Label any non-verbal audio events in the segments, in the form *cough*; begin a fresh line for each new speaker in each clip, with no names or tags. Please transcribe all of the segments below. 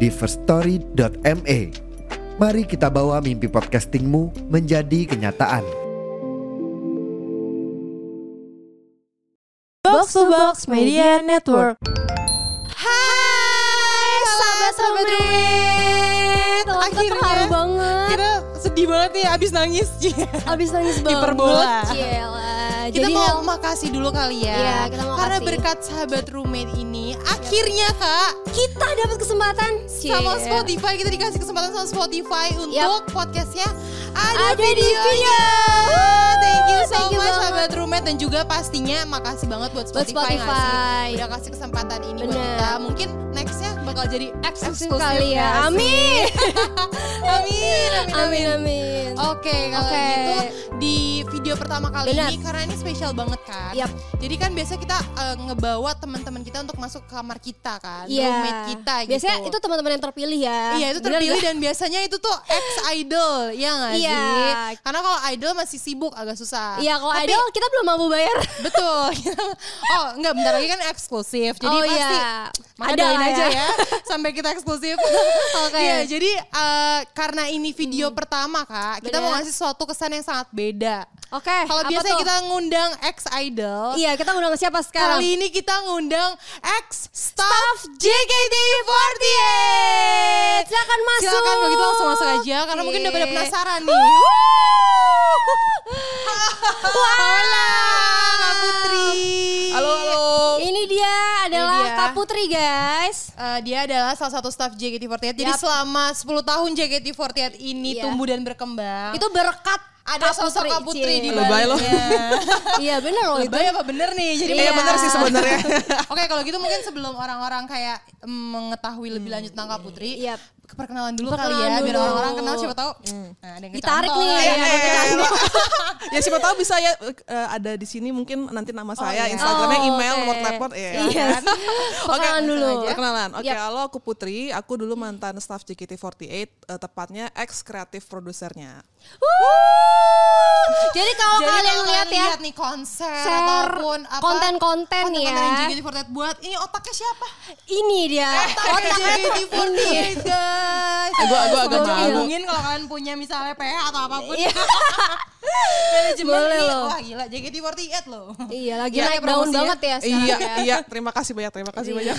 di firststory.me. Mari kita bawa mimpi podcastingmu menjadi kenyataan.
Box to Box Media Network.
Hai sahabat
sahabat
Rumet
Akhirnya terharu banget.
Kita sedih banget nih abis
*laughs*
nangis
Abis nangis banget.
Diperbola.
Ciela.
Kita
Jadi
mau makasih dulu kali ya
Iya, kita mau
Karena
kasih.
berkat sahabat Rumet ini Akhirnya kak
kita dapat kesempatan
Sama Spotify Kita dikasih kesempatan sama Spotify Untuk
Iya. Yap.
podcastnya Ada,
Ada di
videonya
video.
Thank you so
Thank you
much
banget.
sahabat Rumet Dan juga pastinya makasih banget buat
Buat Spotify.
Spotify, ngasih- Udah kasih kesempatan ini buat
Bener.
kita Mungkin nextnya bakal jadi
Eksklusif
eksklusif
kali ya. Amin.
*laughs* Amin Oh, Amin,
Amin amin.
Oke, kalau
Oke.
gitu di video pertama kali
Benar.
ini karena ini spesial banget kan.
Yap.
Jadi kan biasanya kita eh, ngebawa teman-teman kita untuk masuk ke kamar kita kan,
Iya.
roommate kita gitu.
Biasanya itu teman-teman yang terpilih ya.
Iya itu
Bener
terpilih
nggak?
dan biasanya itu tuh ex idol ya nggak
Iya.
sih? Karena kalau idol masih sibuk agak susah.
Iya kalau
Tapi-
idol kita belum mampu bayar.
Betul. *laughs* oh enggak bentar lagi kan eksklusif. Jadi
Oh,
pasti
iya.
maka
Ada
doain
lah
aja
ya.
ya *laughs* sampai kita eksklusif.
*laughs* Oke. Hmm.
Iya, jadi eh, karena ini video pertama Kak, kita mau
Bener.
ngasih suatu kesan yang sangat beda.
Oke.
Kalau
apa
biasanya
tuh?
kita ngundang ex idol,
Iya kita ngundang siapa sekarang?
kali ini kita ngundang ex staff JKT48.
Silakan masuk.
Silakan kalau gitu langsung masuk aja karena mungkin udah pada
Oke.
penasaran nih.
*laughs*
Hola, Kak Putri.
Halo, halo.
Ini dia adalah
dia.
Kak Putri guys.
Eh, dia adalah salah satu staff JKT48. Jadi
Yap.
selama 10 tahun JKT48 ini
Iya.
tumbuh dan berkembang.
Itu berkat
ada
Kak
sosok Kak Putri di
Cie.
Lebay loh.
*laughs*
baliknya.
Iya bener loh itu.
Lebay apa bener nih? Jadi
Iya.
Iya benar sih
*laughs*
sebenarnya.
Oke, kalau gitu mungkin sebelum orang-orang kayak em, mengetahui lebih lanjut tentang Kak Putri,
Hmm, Yap.
perkenalan dulu
Perkenalan
kali ya biar
dulu. Hmm.
orang-orang kenal siapa tahu. Nah, ada yang
Ditarik
kecantol.
nih.
Iya.
ada
Eh, elah. *laughs* ya siapa tahu bisa ya eh, ada di sini mungkin nanti nama
iya.
saya, Instagramnya,
Oh,
email,
oke.
nomor telepon. Iya. *laughs*
Iya. Perkenalan dulu.
Perkenalan. Oke,
Yap.
halo aku Putri. Aku dulu mantan staff JKT48, eh, tepatnya ex kreatif produsernya.
Wuh. Jadi kalau
Jadi
kalian
kalau
lihat ya
nih konser
share
ataupun apa
konten-konten nih ya.
konten-konten yang JKT48 buat ini otaknya siapa?
ini dia Iya.
Otak JKT48 guys.
Eh, gua- gua agak
Coba
malu.
hubungin kalau kalian punya misalnya PH atau apapun.
ya? Iya.
Manajemen
Boleh
ini
loh.
wah gila JKT48 loh.
Iya lagi
Iya,
naik daun
kayak promosi ya.
banget ya sekarang
iya,
ya. Iya.
iya. Terima kasih banyak, terima kasih
*laughs*
banyak.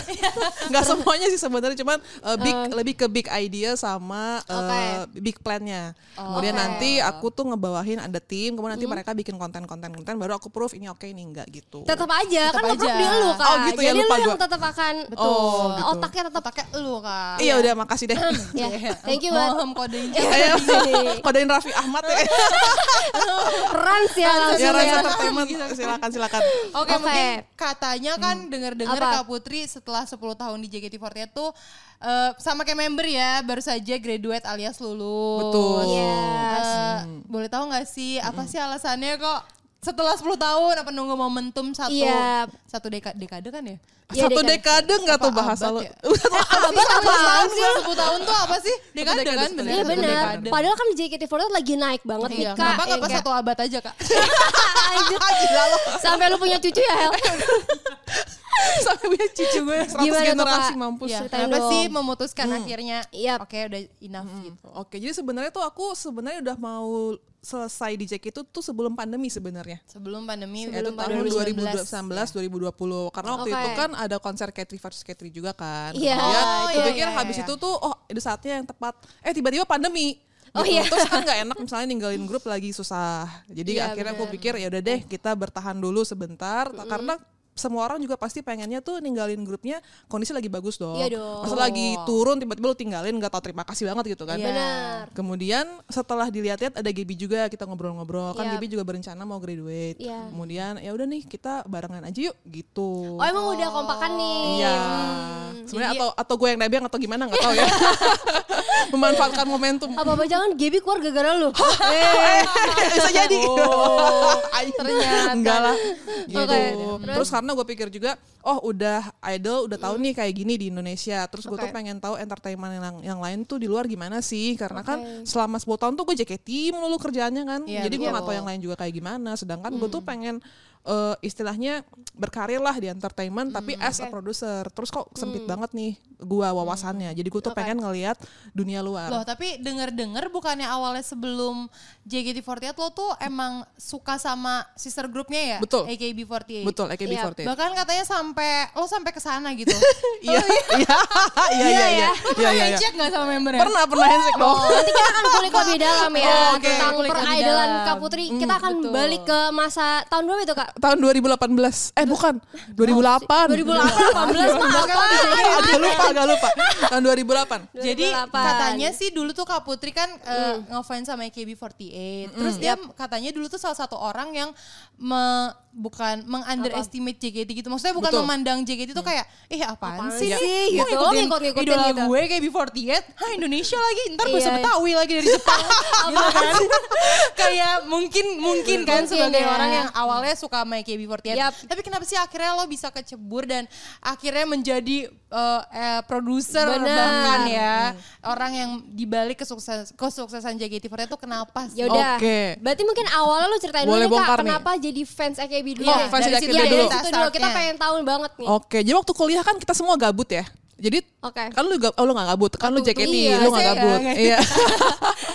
Nggak semuanya sih sebenarnya, cuman eh, big lebih ke big idea sama eh, big plannya. Kemudian
Oh, Oke. Hmm.
nanti aku tuh ngebawahin ada tim, kemudian nanti mereka bikin konten-konten konten, baru aku proof ini oke ini enggak gitu.
Tetap aja kan
Tetap
ngobrol
aja.
di lu kan.
Oh, gitu ya,
Jadi
lupa
lu yang
gua.
tetap akan
Oh, gitu.
otaknya tetap
Otaknya lu kan.
Iya udah makasih deh.
*laughs* ya.
Iya.
Thank you banget. Iya,
Mohon kodenya.
*laughs* Ayo,
iya,
kodain Raffi Ahmad
*laughs*
ya.
Rans ya langsung
ya
ya.
Rans Entertainment. Silakan silakan.
Oke,
Oke. Hmm.
mungkin katanya kan dengar-dengar
Apa?
Kak Putri setelah 10 tahun di JKT48 tuh eh, sama kayak member ya, baru saja graduate alias lulus.
Betul.
Yes.
Eh, Boleh tahu nggak sih apa sih alasannya kok setelah 10 tahun apa nunggu momentum satu
Iya.
satu deka- dekade kan ya?
Iya,
Satu
dekade.
dekade nggak tuh
Apa
bahasa
abad
lo. *laughs*
ya? Abad apa tahun sih? 10 tahun tuh apa sih? Dekade,
dekade,
kan
satu
bener.
Iya
satu
benar.
dekade.
Padahal kan JKT48 lagi naik banget nih
Iya,
Kak.
kenapa
Ya
nggak pas
nggak?
satu abad aja
*laughs*
kak?
Lanjut. Sampai lu punya cucu ya
*laughs*
Hel.
Sampai punya cucu gue
Gimana
100
tuh,
generasi
Kak?
mampus.
Iya,
Ceritain
kenapa
dong.
sih memutuskan
Hmm.
akhirnya?
Iya.
Oke, udah enough gitu.
Oke, jadi sebenarnya tuh aku sebenarnya udah mau selesai di Jack itu tuh sebelum pandemi sebenarnya.
Sebelum pandemi, itu
Sebelum tahun
2019.
2019, 2020. Karena waktu
Oke.
itu kan ada konser Katri versus Katri juga kan.
Oh, Iya.
Kemudian
Oh,
iya,
kupikir
iya,
habis
iya.
itu tuh oh itu saatnya yang tepat. Eh tiba-tiba pandemi.
Oh, iya.
Gitu. Terus kan nggak enak misalnya ninggalin grup lagi susah. Jadi
Iya,
akhirnya aku
bener.
pikir ya udah deh kita bertahan dulu sebentar karena semua orang juga pasti pengennya tuh ninggalin grupnya kondisi lagi bagus dong.
Iya dong.
Masa lagi turun tiba-tiba lu tinggalin nggak tau terima kasih banget gitu kan.
Iya.
Benar.
Kemudian setelah dilihat-lihat ada Gibi juga kita ngobrol-ngobrol kan
Iya.
Gibi juga berencana mau graduate.
Iya.
Kemudian ya udah nih kita barengan aja yuk gitu.
Oh emang udah kompakan nih.
Iya.
Oh, Hmm.
Sebenarnya
Jadi-
atau atau gue yang nebeng atau gimana nggak tahu ya. *laughs* Memanfaatkan momentum.
Apa-apa jangan Gaby keluar gara-gara
*laughs*
lu.
bisa jadi.
Oh,
*laughs*
ternyata.
Enggak lah. Gitu.
Oke,
Terus, karena gue pikir juga, oh udah idol udah tahu nih kayak gini di Indonesia. Terus gue tuh
Oke.
pengen tahu entertainment yang, yang lain tuh di luar gimana sih? Karena kan
Oke.
selama 10 tahun tuh gue JKT melulu kerjaannya kan.
Iya,
Jadi gue
betul.
nggak tahu yang lain juga kayak gimana. Sedangkan gue tuh pengen eh, istilahnya berkarir lah di entertainment tapi as a producer. Terus kok sempit banget nih gua wawasannya. Jadi gue tuh
Oke.
pengen ngelihat dunia luar.
Loh tapi denger-denger bukannya awalnya sebelum JKT48 lo tuh emang suka sama sister grupnya ya?
Betul.
AKB48.
Betul, AKB48.
Bahkan katanya sampai lo sampai ke sana
*laughs*
gitu.
Iya, *laughs* iya, iya, iya, iya, iya,
Pernah
iya, iya.
handshake nggak sama membernya?
Pernah, pernah handshake dong.
Nanti kita akan kulik lebih dalam ya
Oh, oke.
tentang
Kulik lebih
peridolan
dalam. Hmm,
Kak Putri. kita akan balik ke masa tahun berapa itu Kak?
Tahun 2018, eh bukan, 2008.
2018 maaf Kak.
Agak lupa, agak lupa. Tahun 2008.
Jadi
2008.
katanya sih dulu tuh Kak Putri kan eh, ngefans sama AKB48. Terus dia katanya dulu tuh salah satu orang yang me- bukan meng-underestimate JKT gitu. Maksudnya bukan
Betul. Mm.
memandang JKT tuh kayak eh apaan,
Apaan
sih,
sih?
sih
Iya. Gitu,
Gue ngikutin,
ngikut-ngikutin
idola
gitu.
gue AKB48. Hah Indonesia lagi, ntar bisa
Iya.
Betawi lagi dari Jepang. gitu kan. *laughs* kayak mungkin mungkin kan
Mungkin
sebagai
ya.
orang yang awalnya suka sama AKB48.
Yap.
Tapi kenapa sih akhirnya lo bisa kecebur dan akhirnya menjadi eh, eh, produser
Benar. Hmm.
bahkan ya orang yang dibalik kesuksesan kesuksesan JKT48 itu kenapa sih?
Ya udah.
Oke.
Berarti mungkin awalnya lu ceritain
Boleh
dulu nih Kak,
bongkar nih.
kenapa jadi fans AKB dulu.
Iya,
ya?
fans
Dari
AKB
situ-
dulu. Oh.
Dari situ dulu kita
Startnya.
pengen tahu banget nih.
Oke, jadi waktu kuliah kan kita semua gabut ya. Jadi
Oke.
kan lu gak, oh, lu gak gabut, kan lu
Waktu-
JKT,
iya,
lu gak
saya-
gabut.
*laughs*
iya.
Iya.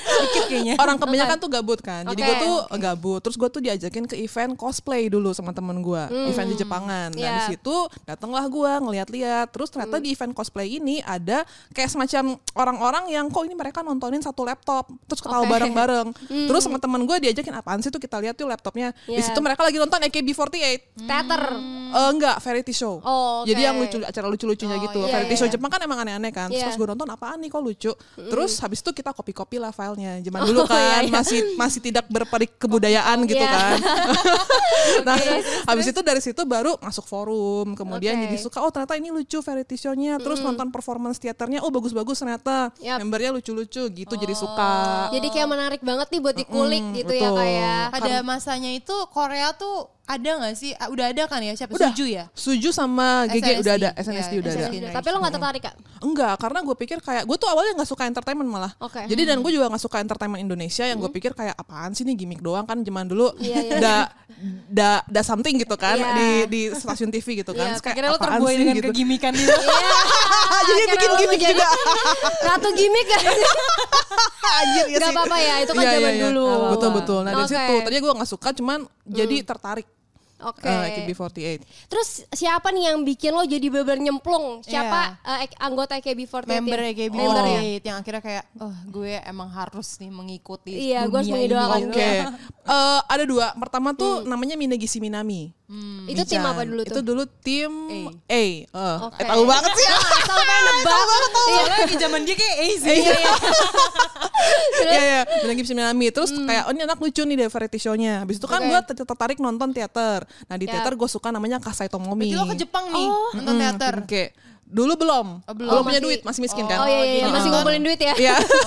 Sedikit kayaknya.
Orang kebanyakan tuh gabut kan. Jadi gue
Oke.
tuh gabut. Terus gue tuh diajakin ke event cosplay dulu sama temen gue. Event di Jepangan. Nah
Hmm. Iya. Hmm.
di situ datanglah gue ngeliat-liat. Terus ternyata di event cosplay ini ada kayak semacam orang-orang yang kok ini mereka nontonin satu laptop. Terus ketawa
Oke. Hmm.
bareng-bareng. Terus sama temen gue diajakin apaan sih tuh kita lihat tuh laptopnya. Di
Iya.
situ mereka lagi nonton AKB48.
Teater.
Eh, enggak, variety show.
Oh, oke.
Jadi yang lucu acara lucu-lucunya gitu.
iya,
variety
iya,
show
iya.
Jepang kan emang aneh-aneh kan. Terus
Iya.
pas gue nonton apaan nih kok lucu. Terus habis itu kita copy-copy lah filenya.
*laughs*
Zaman dulu
Oh,
kan masih masih tidak berperi kebudayaan gitu
Iya. *laughs*
kan. *laughs* nah, habis itu dari situ baru masuk forum. Kemudian
Oke.
jadi suka oh ternyata ini lucu variety show-nya. Terus nonton performance teaternya oh bagus-bagus ternyata.
Yap. Oh.
Membernya lucu-lucu gitu jadi suka.
Jadi kayak menarik banget nih buat dikulik gitu ya
Hmm, betul.
Kak ya.
Pada masanya itu Korea tuh ada nggak sih? Ah, Udah ada kan ya? Siapa
Udah.
Suju ya?
Suju sama GG udah ada,
Ya,
SNSD, iya,
SNSD udah ada. Hmm.
SNSD.
Tapi lo gak tertarik
*laughs*
Kak?
Enggak, karena gue pikir kayak gue tuh awalnya nggak suka entertainment malah.
Oke. Hmm.
Jadi dan gue juga nggak suka entertainment Indonesia yang gue pikir kayak apaan sih nih gimmick doang kan zaman dulu
Iya, iya.
da da da something gitu kan
Iya.
di di stasiun TV gitu kan.
Iya,
Terus kayak
Akhirnya lo
apaan
terbuai
sih
dengan
gitu.
kegimikan dia.
Iya.
Jadi
Akhirnya
bikin
lo
gimmick
menjadi *laughs*
juga.
Ratu
*laughs*
gimmick kan?
Anjir,
Gak
sih.
apa-apa ya, itu kan
Iya, iya,
zaman
iya.
dulu.
Betul betul. Nah, dari
Oke. Hmm.
situ tadinya gue nggak suka cuman jadi tertarik
Oke.
eh, AKB48.
Terus siapa nih yang bikin lo jadi beber nyemplung? Siapa
Iya.
eh, ek- anggota AKB48?
member AKB48
*laughs* Member ya?
Iya, yang akhirnya kayak oh gue emang harus nih mengikuti
Iya, gue harus
dunia ini.
mengidolakan.
Oke. Eh, ada dua. Pertama tuh namanya Minagisi Minami.
Itu tim
Mijan.
apa Hmm. dulu tuh?
Oh, Itu dulu tim A. Eh,
Oke.
eh, tahu banget sih. ya.
Sampai nebak. Iya.
Soalnya di zaman dia kayak AC.
Iya, iya. Bilang Gipsy Minami. Terus kayak, oh ini anak lucu nih dari variety show-nya. Habis itu kan
Hmm. Oke.
gue tertarik nonton teater. Nah di
Ya.
teater gue suka namanya Kasai Tomomi.
Jadi lo ke Jepang nih nonton teater.
Oke. Dulu belum.
Oh, belum.
belum. punya
Masih-
duit, masih miskin kan.
Oh iya, iya, iya. masih
Heeh.
ngumpulin duit ya? *laughs*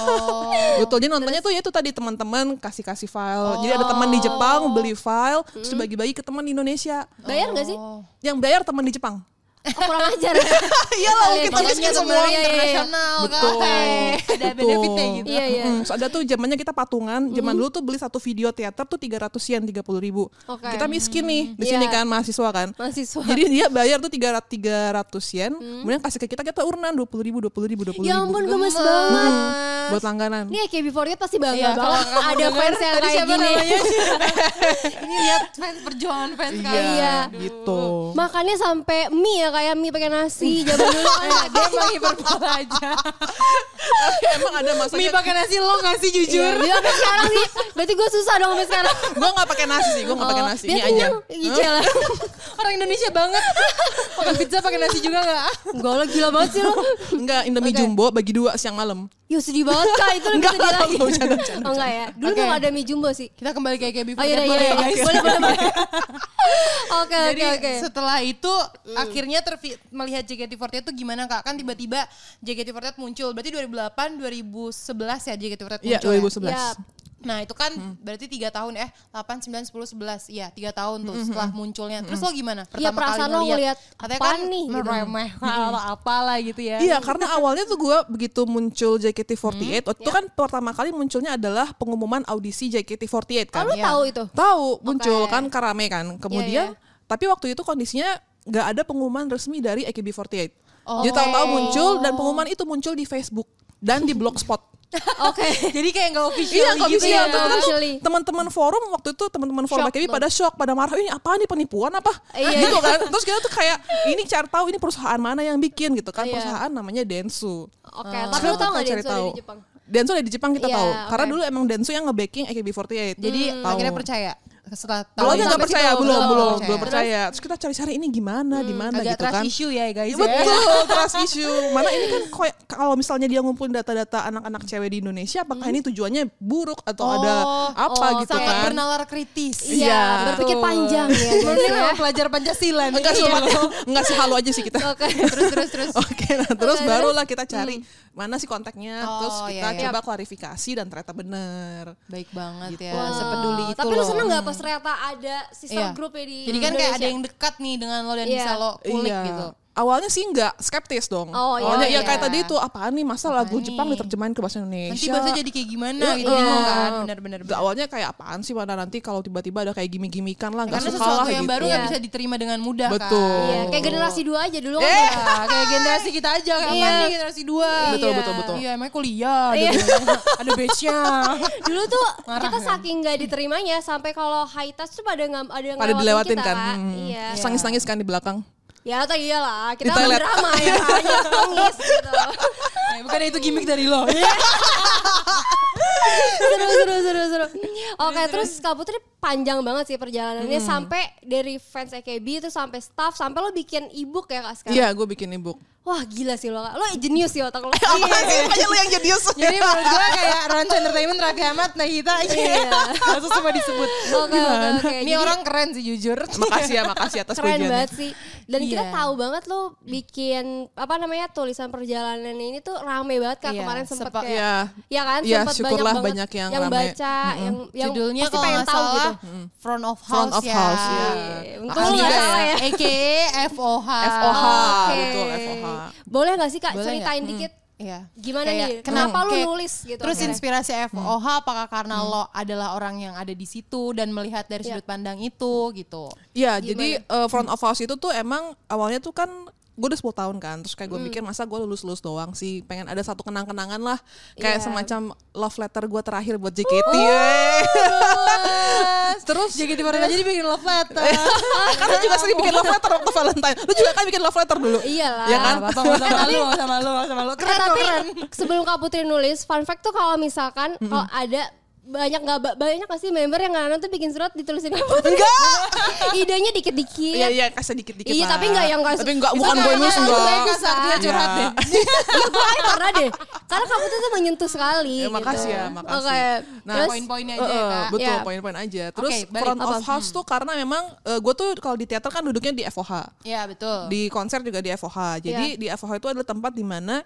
Oh.
Iya. Betul. Jadi nontonnya tuh ya itu tadi teman-teman kasih-kasih file. Jadi ada teman di Jepang beli file, terus
Hmm?
dibagi-bagi ke teman di Indonesia.
Bayar gak
*laughs*
sih?
Yang bayar teman di Jepang.
Oh, kurang ajar.
Iya lah, kita
Makanya
miskin
temen-
semua.
iya, iya, iya.
internasional kan. Ada
Betul.
benefitnya gitu.
Iya, iya.
Mm, so, ada tuh zamannya kita patungan, zaman
Hmm.
dulu tuh beli satu video teater tuh 300 yen, 30 ribu.
Oke.
Kita miskin nih di sini
Iya.
kan mahasiswa kan.
Mahasiswa. *laughs*
Jadi dia bayar tuh 300 300 yen, kemudian kasih ke kita kita urunan 20 ribu, 20 ribu,
Hmm.
20 ribu.
Ya ampun, Iya. gemes banget.
buat langganan.
Ini AKB48 pasti bangga
Iya, kalau
banget
kamu
ada
denger,
fans yang
tadi
kayak
siapa
gini.
namanya? Ini lihat fans perjuangan fans kali.
Iya.
Gitu.
Makannya sampai mie ya kayak mie pakai nasi zaman dulu
*laughs*
kan.
Eh, dia emang hiperbola aja.
Tapi emang ada
Mie
masanya
pakai nasi lo nggak sih
Iya,
jujur?
jadi sampai sekarang sih. Berarti gue susah dong sampai sekarang.
gue nggak pakai nasi sih, gue nggak pakai nasi.
Oh. Dia
Ini aja.
kenyang. Iya lah.
*laughs* Orang Indonesia
*laughs*
banget. Makan iya. pizza pakai nasi juga nggak?
Enggak lah gila banget sih lo.
Enggak, Indomie
Oke.
jumbo bagi dua siang malam.
Ya sedih banget kak itu lebih
Enggak,
sedih
enggak,
lagi.
enggak, bercanda, bercanda,
Oh enggak ya. Dulu
Oke.
belum ada mie jumbo sih.
Kita kembali kayak kayak
Oh
before.
iya
that,
iya
boleh
iya.
ya, guys?
Boleh boleh boleh. Oke
Jadi
oke oke.
setelah itu
Hmm.
akhirnya terfi- melihat JKT48 itu gimana kak? Kan tiba-tiba JKT48 muncul. Berarti 2008, 2011 ya JKT48
Iya,
muncul. ya?
2011.
Yap.
Nah itu kan
Hmm.
berarti tiga tahun eh 8, 9, 10, 11 Iya tiga tahun
Hmm,
tuh setelah munculnya Terus lo gimana?
Iya, perasaan lo ngeliat
Katanya
apaan
kan
nih, gitu.
meremeh atau apalah gitu
kan?
ya
Iya, karena awalnya tuh gue begitu muncul JKT48,
Hmm,
waktu
iya.
itu kan pertama kali munculnya adalah pengumuman audisi
Kalau
JKT48
Oh,
kan.
lu
Iya.
tahu itu? Iya,
Tahu muncul kan Karame kan. Kemudian tapi waktu itu kondisinya nggak ada pengumuman resmi dari AKB48.
Oh.
Jadi tahu-tahu muncul dan pengumuman itu muncul di Facebook dan di Blogspot.
*laughs* Oke.
Jadi kayak gak official
Iya,
gitu
official.
ya
Terus kita tuh
Officially.
teman-teman forum waktu itu teman-teman forum
Shock
AKB
dong.
pada shock, pada marah ini apa nih penipuan apa?
Iya,
gitu
iya.
kan. Terus kita tuh kayak ini cari tahu ini perusahaan mana yang bikin gitu kan.
Iya.
Perusahaan namanya Densu.
Oke. Tapi lu tahu
Kita
nggak
cari
Densu ada
tahu.
di Jepang?
Densu ada di Jepang kita
Iya,
tahu. Karena
oke.
dulu emang Densu yang nge-backing AKB48.
Jadi
Hmm.
hmm,
tahu.
akhirnya percaya setelah
Kalau
tahun
nggak
sampai
percaya,
situ,
belum, belum,
percaya. Hmm,
belum percaya. Terus kita cari-cari ini gimana, di mana
Agak
gitu
trust
kan.
issue ya guys ya. *laughs*
Betul, trust issue. Mana ini kan koy- kalau misalnya dia ngumpulin data-data anak-anak cewek di Indonesia, apakah ini tujuannya buruk atau ada apa
oh,
gitu
Hmm. Sangat
kan?
bernalar kritis
Iya.
Iya.
Berpikir panjang ya.
Berarti
guys, ya.
emang Iya, pelajar Pancasila nih
Enggak sih,
Iya.
Mbak. enggak sih halu aja sih kita.
Oke.
*laughs* Terus terus terus Hmm.
Oke, nah terus
Oke,
barulah kita cari mana sih kontaknya,
Oh,
terus kita
iya, iya.
coba klarifikasi dan ternyata bener.
Baik banget
Gitu.
ya
Wah,
Sepeduli itu
Oh, Tapi lu
loh.
seneng gak pas ternyata ada sister
Iya.
group ya di
Jadi kan kayak ada
Indonesia?
yang dekat nih dengan lo dan
Iya.
bisa lo kulik
Iya.
gitu
Awalnya sih enggak skeptis dong.
Oh, iya,
Awalnya ya
iya.
kayak tadi itu apaan nih masa
Apaan
lagu Jepang
nih?
diterjemahin ke bahasa Indonesia.
Nanti bahasa jadi kayak gimana
Iya,
gitu
iya.
bingung kan Bener-bener
Udah Awalnya kayak apaan sih mana nanti kalau tiba-tiba ada kayak gimmick-gimmickan lah nggak
Karena
suka
sesuatu
lah
yang
gitu.
baru
Iya.
nggak bisa diterima dengan mudah kan
Betul. Eh.
Iya, kayak generasi dua aja dulu kan.
Iya, kayak generasi kita aja kan
Iya.
nih generasi dua.
Betul,
Iya.
betul, betul.
Iya, emang kuliah ada
Iya.
badge-nya, *laughs* ada
*laughs*
batch-nya.
Dulu tuh
Marah
kita
kan?
saking nggak diterimanya sampai kalau high touch tuh pada nggak ada yang
Pada
ngelewatin
dilewatin
kita,
kan.
Kak.
Hmm.
Iya.
Terus Nangis-nangis kan di belakang.
Ya tak iyalah,
Di
kita
toilet.
drama
*laughs*
ya, hanya nangis gitu.
Eh, bukan itu gimmick dari lo.
Iya,
*laughs*
seru seru seru seru. Oke,
Iya,
terus Kak Putri panjang banget sih perjalanannya
Hmm.
sampai dari fans AKB itu sampai staff sampai lo bikin ebook ya Kak sekarang.
Iya, gue bikin ebook.
Wah, gila sih lo Kak. Lo jenius sih
*laughs*
otak lo.
Apaan sih? Makanya lu yang jenius.
Jadi menurut gue kayak Ranca Entertainment, Raffi Ahmad, Nagita aja.
Iya.
*laughs* Langsung semua disebut.
Oke, oke, oke.
Ini
Jadi-
orang keren sih jujur.
makasih ya, makasih atas
keren
pujiannya.
banget sih dan kita
Iya.
tahu banget lo bikin apa namanya tulisan perjalanan ini tuh rame banget kan
Iya,
kemarin sempet
sepa-
kayak
iya.
ya kan
Iya,
sempet
syukurlah
banget
banyak yang
yang
rame.
baca yang, yang
Judulnya
pasti
kalau
pengen
nggak
tahu
salah
gitu
Front of House
Front of
ya.
House, ya.
Iya, untung lo
Alias
nggak salah ya
AKA FOH.
FOH.
Oke.
betul, Hmm. FOH.
boleh nggak sih kak
Boleh
ceritain dikit
Iya.
gimana nih
Kayak,
kenapa lo
kayak-
nulis gitu
Terus
akhirnya?
inspirasi FOH apakah karena lo adalah orang yang ada di situ dan melihat dari
Iya.
sudut pandang itu gitu.
Iya, jadi eh, front of house itu tuh emang awalnya tuh kan gue udah 10 tahun kan, terus kayak gue mikir masa gue lulus-lulus doang sih, pengen ada satu kenang-kenangan lah, kayak
Iya.
semacam love letter gue terakhir buat JKT.
Terus JKT48 jadi bikin love letter.
Karena Kan juga sering bikin love letter waktu Valentine. Lu juga kan bikin love letter dulu.
Iyalah.
Ya kan?
Apa nggak sama lu, nggak sama lu, nggak sama lu.
Eh,
Keren,
tapi
keren.
sebelum Kak Putri nulis, fun fact tuh kalau misalkan kalau ada banyak nggak ba- banyak nggak sih member yang kadang tuh bikin surat ditulisin Kak Putri. Enggak. *laughs* Idenya dikit-dikit.
*laughs* Iya iya kasih dikit-dikit.
Iya,
lah.
tapi nggak yang nggak-
Tapi enggak
Itu
bukan
nggak
boy
yang
news
nggak-
enggak.
itu yang
Kasar, dia curhat
Iya.
deh.
Gue kayaknya pernah deh. Karena Kak Putri tuh menyentuh sekali.
Eh,
Ya,
gitu.
makasih ya, makasih.
Oke.
Nah,
Terus
Poin-poinnya aja ya,
Eh,
Kak.
Betul,
Iya.
poin-poin aja. Terus
Oke, balik.
front of
Apa?
house tuh karena memang gue tuh kalau di teater kan duduknya di FOH.
Iya, betul.
Di konser juga di FOH.
Iya.
Jadi di FOH itu adalah tempat di mana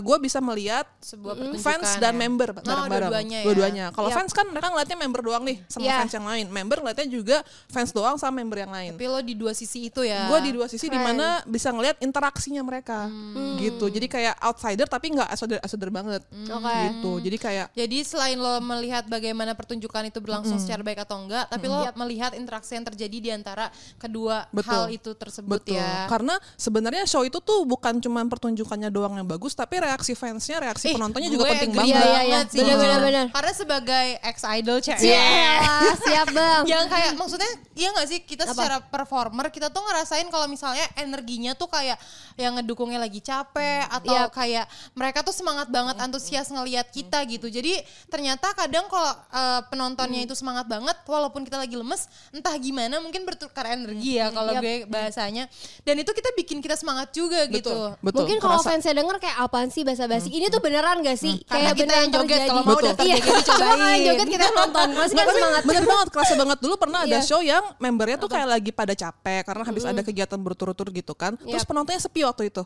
gue bisa melihat
Sebuah
mm,
pertunjukan
fans
ya.
dan member
Oh,
bareng-bareng.
dua-duanya ya.
Kalau
Iya.
fans kan mereka ngeliatnya member doang nih sama
Iya.
fans yang lain. Member ngeliatnya juga fans doang sama member yang lain
Tapi lo di dua sisi itu ya.
gue di dua sisi
Keren.
dimana bisa ngelihat interaksinya mereka
Hmm.
gitu jadi kayak outsider tapi nggak outsider outsider banget
Oke.
gitu jadi kayak
Jadi selain lo melihat bagaimana pertunjukan itu berlangsung secara baik atau enggak, tapi lo melihat interaksi yang terjadi di antara kedua
Betul.
hal itu tersebut
betul
ya.
karena sebenarnya show itu tuh bukan cuma pertunjukannya doang yang bagus bagus tapi reaksi fansnya reaksi
Ih,
penontonnya juga
gue
penting
agree
banget
Iya, iya, iya.
banget sih.
Benar, benar, benar.
Karena sebagai ex idol cewek.
Yelah, siap
*laughs*
bang.
Yang kayak maksudnya iya gak sih kita secara performer kita tuh ngerasain kalau misalnya energinya tuh kayak yang ngedukungnya lagi capek atau
Yap.
kayak mereka tuh semangat banget antusias ngelihat kita gitu. Jadi ternyata kadang kalau eh, penontonnya itu semangat banget walaupun kita lagi lemes entah gimana mungkin bertukar energi ya kalau
Yap.
gue bahasanya. Dan itu kita bikin kita semangat juga gitu.
betul betul
Mungkin kalau
kerasa.
fansnya denger kayak apaan sih basa-basi? Ini tuh beneran gak sih?
Hmm. Karena
Kayak
kita
beneran
yang joget,
terjadi. Iya.
kalau mau ya
Betul.
daftar joget dicobain.
Kalau yang joget kita nonton. Pasti kan
Nggak, tapi
semangat.
bener banget kerasa banget dulu pernah ada
Iya.
show yang membernya tuh kayak lagi pada capek karena habis ada kegiatan berturut-turut gitu kan
Iya.
terus
Yap.
penontonnya sepi waktu itu
Gitu,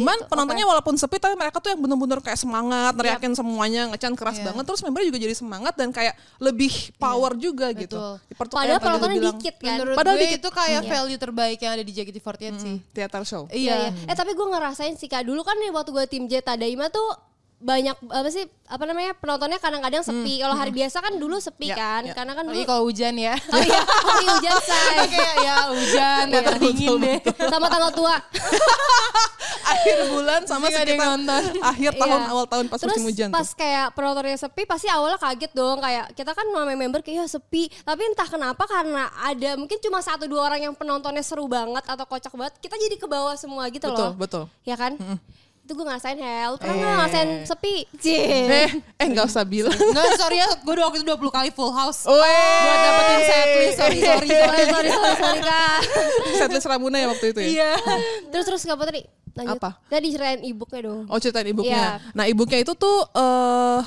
cuman penontonnya walaupun sepi tapi mereka tuh yang bener-bener kayak semangat neriakin semuanya ngecan keras
Iya.
banget terus membernya juga jadi semangat dan kayak lebih power juga gitu
Betul.
Seperti
Padahal
yang tadi lu
penontonnya
bilang,
dikit kan.
Menurut
Padahal
gue
dikit.
itu kayak value terbaik yang ada di JKT48 sih.
theater show
Iya. iya. Eh tapi gue ngerasain sih kak dulu kan nih waktu gue tim J Tadaima tuh banyak apa sih apa namanya penontonnya kadang-kadang sepi.
Hmm.
Kalau hari biasa kan dulu sepi
Ya,
kan,
ya.
karena kan dulu *laughs*
Apalagi kalau hujan ya.
Oh iya, hari hujan say.
kayak ya hujan datang dingin deh.
Sama tanggal tua.
*laughs* akhir bulan
Nggak
sama
ada yang
sekitar
nonton.
akhir tahun
Iya.
awal tahun pas
Terus
musim hujan tuh.
pas kayak penontonnya sepi pasti awalnya kaget dong kayak kita kan sama member kayak ya sepi tapi entah kenapa karena ada mungkin cuma satu dua orang yang penontonnya seru banget atau kocak banget kita jadi ke bawah semua gitu
Betul,
loh
betul.
ya kan itu gue ngerasain hell pernah nggak ngerasain sepi cie
eh eh nggak usah bilang
Enggak, sorry ya, gue udah waktu itu 20 kali full house.
Weh.
Buat dapetin setlist, sorry, sorry,
Eh.
sorry
sorry.
sorry sorry, sorry, kak
*laughs* setlist Ramuna ya waktu itu ya
Iya.
terus terus kak Putri lanjut
Apa?
tadi ceritain e-booknya dong
Oh ceritain ibunya.
Iya.
Nah ibunya itu tuh eh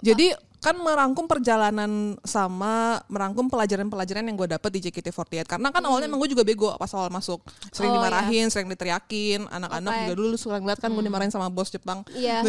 jadi kan merangkum perjalanan sama merangkum pelajaran-pelajaran yang gue dapet di JKT48 karena kan awalnya emang gue juga bego pas awal masuk sering
Hmm. Oh,
dimarahin, sering diteriakin, anak-anak
Oke.
juga dulu suka ngeliat kan gue dimarahin sama bos Jepang.
Hmm. iya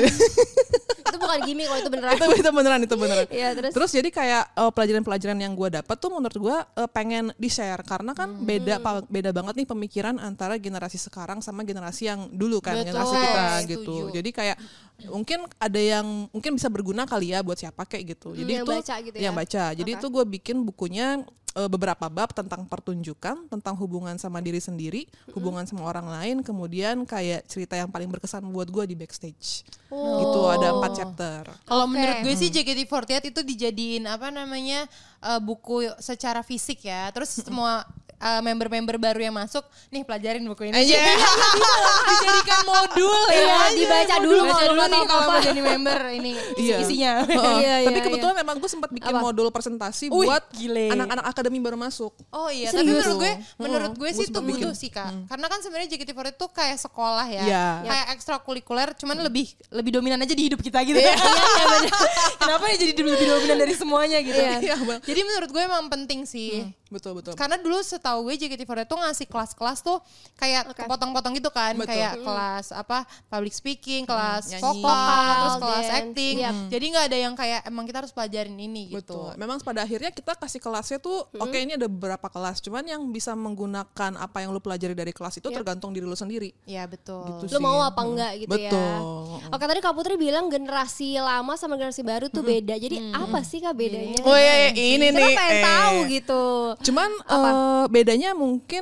itu bukan gimmick kalau itu beneran
*laughs* itu itu beneran itu beneran.
Iya, terus?
jadi kayak eh, pelajaran-pelajaran yang gue dapat tuh menurut gue eh, pengen di share karena kan
Hmm.
beda pa- beda banget nih pemikiran antara generasi sekarang sama generasi yang dulu kan
Betul,
generasi
Iya,
kita gitu.
setuju.
Jadi kayak mungkin ada yang mungkin bisa berguna kali ya buat siapa kayak gitu. Jadi
yang
itu
baca gitu ya.
yang baca. Jadi itu gue bikin bukunya eh, beberapa bab tentang pertunjukan, tentang hubungan sama diri sendiri,
Hmm.
hubungan sama orang lain, kemudian kayak cerita yang paling berkesan buat gue di backstage.
Oh.
Gitu ada empat chapter.
Oke.
Kalau menurut gue sih JKT48 itu dijadiin apa namanya eh, buku secara fisik ya. Terus semua eh, member-member baru yang masuk, nih pelajarin buku ini. *laughs* Iya, Dijadikan modul
Iya,
ya.
dibaca dulu
Baca
kalau
dulu
lu
nih
tahu
kalau
apa.
mau jadi member ini
Iya.
isinya.
*laughs* Heeh.
Iya,
Tapi
iya,
kebetulan memang gue sempat bikin
Apa?
modul presentasi
Wih,
buat
gile.
anak-anak akademi baru masuk.
Oh iya,
Serius?
tapi menurut gue,
Hmm.
menurut gue
Gue
sih itu
sempat bikin.
butuh sih kak. Karena kan sebenarnya JKT48 tuh kayak sekolah ya,
Iya.
kayak ekstrakurikuler, cuman lebih lebih dominan aja di hidup kita gitu. Iya, *laughs* iya, bener. Kenapa ya jadi lebih dominan dari semuanya gitu?
Iya, Bang.
Jadi menurut gue emang penting sih.
Betul betul.
Karena dulu setahu gue JKT48 tuh ngasih kelas-kelas tuh kayak potong-potong gitu kan,
Betul. Hmm.
kayak kelas apa public speaking, kelas
nyanyi.
vokal,
Vokal,
terus kelas
dance.
acting.
Yap.
Jadi nggak ada yang kayak emang kita harus pelajarin ini gitu.
Betul. Memang pada akhirnya kita kasih kelasnya tuh
Hmm.
oke ini ada beberapa kelas, cuman yang bisa menggunakan apa yang lu pelajari dari kelas itu tergantung diri lu sendiri.
Iya betul.
Iya.
Gitu
Oh. lu
sih.
mau apa enggak gitu ya.
Betul.
Oke tadi Kak Putri bilang generasi lama sama generasi baru tuh beda. Jadi apa sih Kak bedanya?
Oh iya, iya, ini
Kita
nih,
pengen
eh.
tahu gitu.
Cuman eh, bedanya mungkin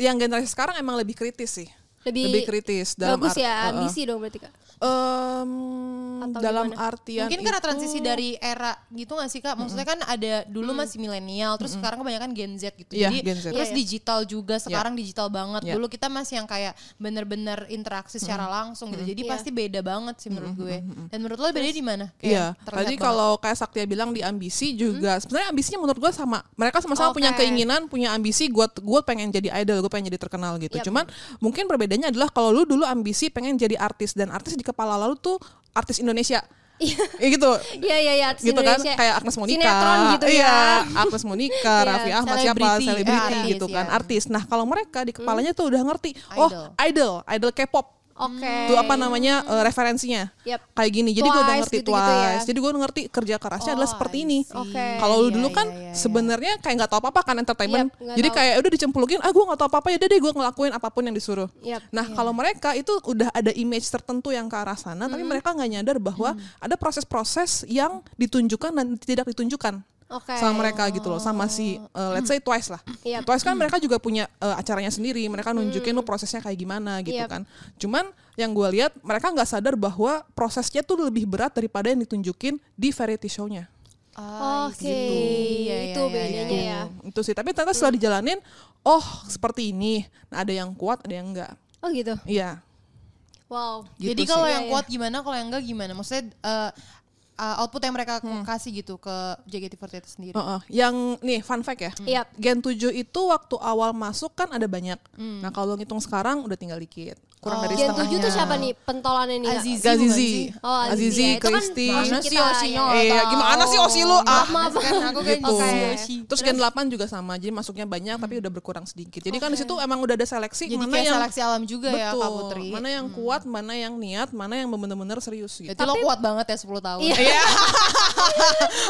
yang generasi sekarang emang lebih kritis sih.
Lebih,
kritis dalam
Bagus
art-
ya,
eh, eh.
ambisi dong berarti Kak.
Em,
Atau
dalam
gimana?
artian Hmm.
Mungkin karena transisi dari era gitu gak sih kak? Maksudnya kan ada dulu masih milenial, terus sekarang kebanyakan Gen Z gitu.
Iya,
Jadi
Gen Z.
terus
Iya, iya.
digital juga sekarang digital banget.
Iya. Hmm.
Dulu kita masih yang kayak bener-bener interaksi secara langsung gitu. Jadi
Iya.
pasti beda banget sih menurut gue. Dan menurut lo bedanya di mana? Kayak
Iya,
terlihat
tadi
banget.
kalau kayak Saktia bilang di ambisi juga, sebenarnya ambisinya menurut gue sama. Mereka sama-sama punya
Oke.
keinginan, punya ambisi. Gue gue pengen jadi idol, gue pengen jadi terkenal gitu.
Yap.
Cuman mungkin perbedaannya adalah kalau lu dulu ambisi pengen jadi artis dan artis di kepala lu tuh artis Indonesia, ya gitu.
Iya iya iya. artis
Gitu kan
Indonesia.
kayak Agnes Monica,
Sinetron gitu
iya,
ya. Iya,
Agnes Monica, Raffi Ahmad siapa
Selebriti,
selebriti
eh, artis,
gitu kan,
ya.
artis. Nah kalau mereka di kepalanya tuh udah ngerti, oh idol, idol K-pop,
Hmm? Oke.
itu apa namanya eh, referensinya
Yap.
kayak gini jadi gue udah
Twice,
ngerti
gitu-gitu ya.
Twice. jadi gue ngerti kerja kerasnya
Oh,
adalah seperti
I
ini
see.
Oke.
kalau lu
Iya,
dulu kan
iya, iya, iya.
sebenarnya kayak nggak tau apa apa kan
Yap,
entertainment
nggak
jadi
tahu.
kayak udah dicemplungin ah gue nggak tau apa apa ya udah deh gue ngelakuin apapun yang disuruh
Yap.
nah kalau mereka itu udah ada image tertentu yang ke arah sana tapi
Mm-hmm.
mereka nggak nyadar bahwa ada proses-proses yang ditunjukkan dan tidak ditunjukkan
Oke. Mm-hmm.
sama mereka gitu loh sama si uh, let's say Twice lah
Yap.
eh,
Mm-hmm.
Twice kan mereka juga punya uh, acaranya sendiri mereka nunjukin lo prosesnya kayak gimana gitu
Yap.
kan cuman yang gue lihat mereka nggak sadar bahwa prosesnya tuh lebih berat daripada yang ditunjukin di variety show-nya.
Ah,
Oke,
gitu. Iya, iya,
itu
iya,
bedanya
iya.
ya.
Hmm, Itu sih. Tapi ternyata setelah dijalanin, oh seperti ini. Nah, ada yang kuat, ada yang enggak.
Oh gitu.
Iya.
Wow.
Gitu
Jadi kalau
sih.
yang
Iya,
kuat gimana, kalau yang enggak gimana? Maksudnya eh, eh, output yang mereka
Hmm.
kasih gitu ke JKT48 sendiri.
Gitu. Oh,
Heeh. Yang nih fun fact ya.
Iya.
Gen 7 itu waktu awal masuk kan ada banyak. Nah, kalau lo ngitung sekarang udah tinggal dikit. Kurang dari
Hmm. Oh. Gen 7
setengahnya.
tuh siapa nih pentolannya nih?
Azizi.
Gak
bukan
Zizi.
sih?
Oh, Azizi
Azizi,
ya. Itu kan
Christy.
Mana
Mana
sih
sih
kita,
Oshino?
ya?
Iya, gimana sih Oshi lu? Ah,
Maaf. Iya,
Kan aku kan
gitu.
Oke.
Terus gen 8 juga sama, jadi masuknya banyak tapi udah berkurang sedikit. Jadi kan di situ emang udah ada seleksi
Jadi
mana
kayak
yang
seleksi alam juga ya Kak Putri.
Mana yang kuat, mana yang niat, mana yang benar-benar serius gitu.
Jadi lo kuat banget ya 10 tahun.
Iya.
Iya.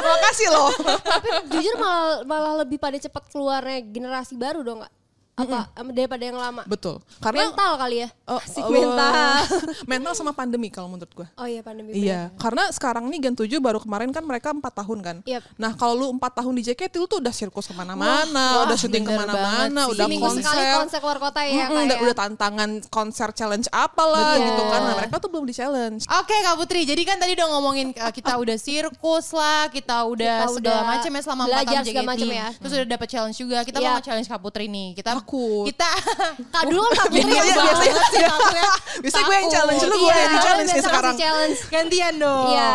Makasih loh. *laughs*
Tapi *laughs* jujur malah malah lebih pada cepat keluarnya generasi baru dong nggak? Apa em, daripada yang lama?
Betul. Karena
Mental kali ya?
Oh,
Asik
oh, *laughs*
mental.
mental sama pandemi kalau menurut gua.
Oh iya pandemi.
Iya, karena sekarang nih Gen 7 baru kemarin kan mereka 4 tahun kan.
Yep.
Nah kalau lu 4 tahun di JKT lu tuh udah
Wah,
sirkus kemana-mana, udah syuting
bener banget
kemana-mana,
sih.
udah
Seminggu sekali
konser.
konser keluar kota ya
Mm-mm, udah,
kayak.
udah tantangan konser challenge apalah
Betul.
gitu kan. Nah mereka tuh belum di challenge.
Oke Kak Putri, jadi kan tadi udah ngomongin uh, kita udah sirkus lah, kita udah
Kita
segala
udah
macam ya selama empat
belajar
tahun JKT.
segala macem ya.
Terus udah dapet challenge juga. Kita
Iya.
mau challenge Kak Putri nih. Kita
Takut.
Kita Iya,
Kak dulu kan
*laughs*
Kak Putri
Biasanya-
yang banget
biasanya- *laughs*
sih Kak Putri.
Biasanya gue yang challenge, lu gue
Iya,
yang di
biasa
challenge nih
kasih
sekarang.
challenge.
gantian dong.
Iya.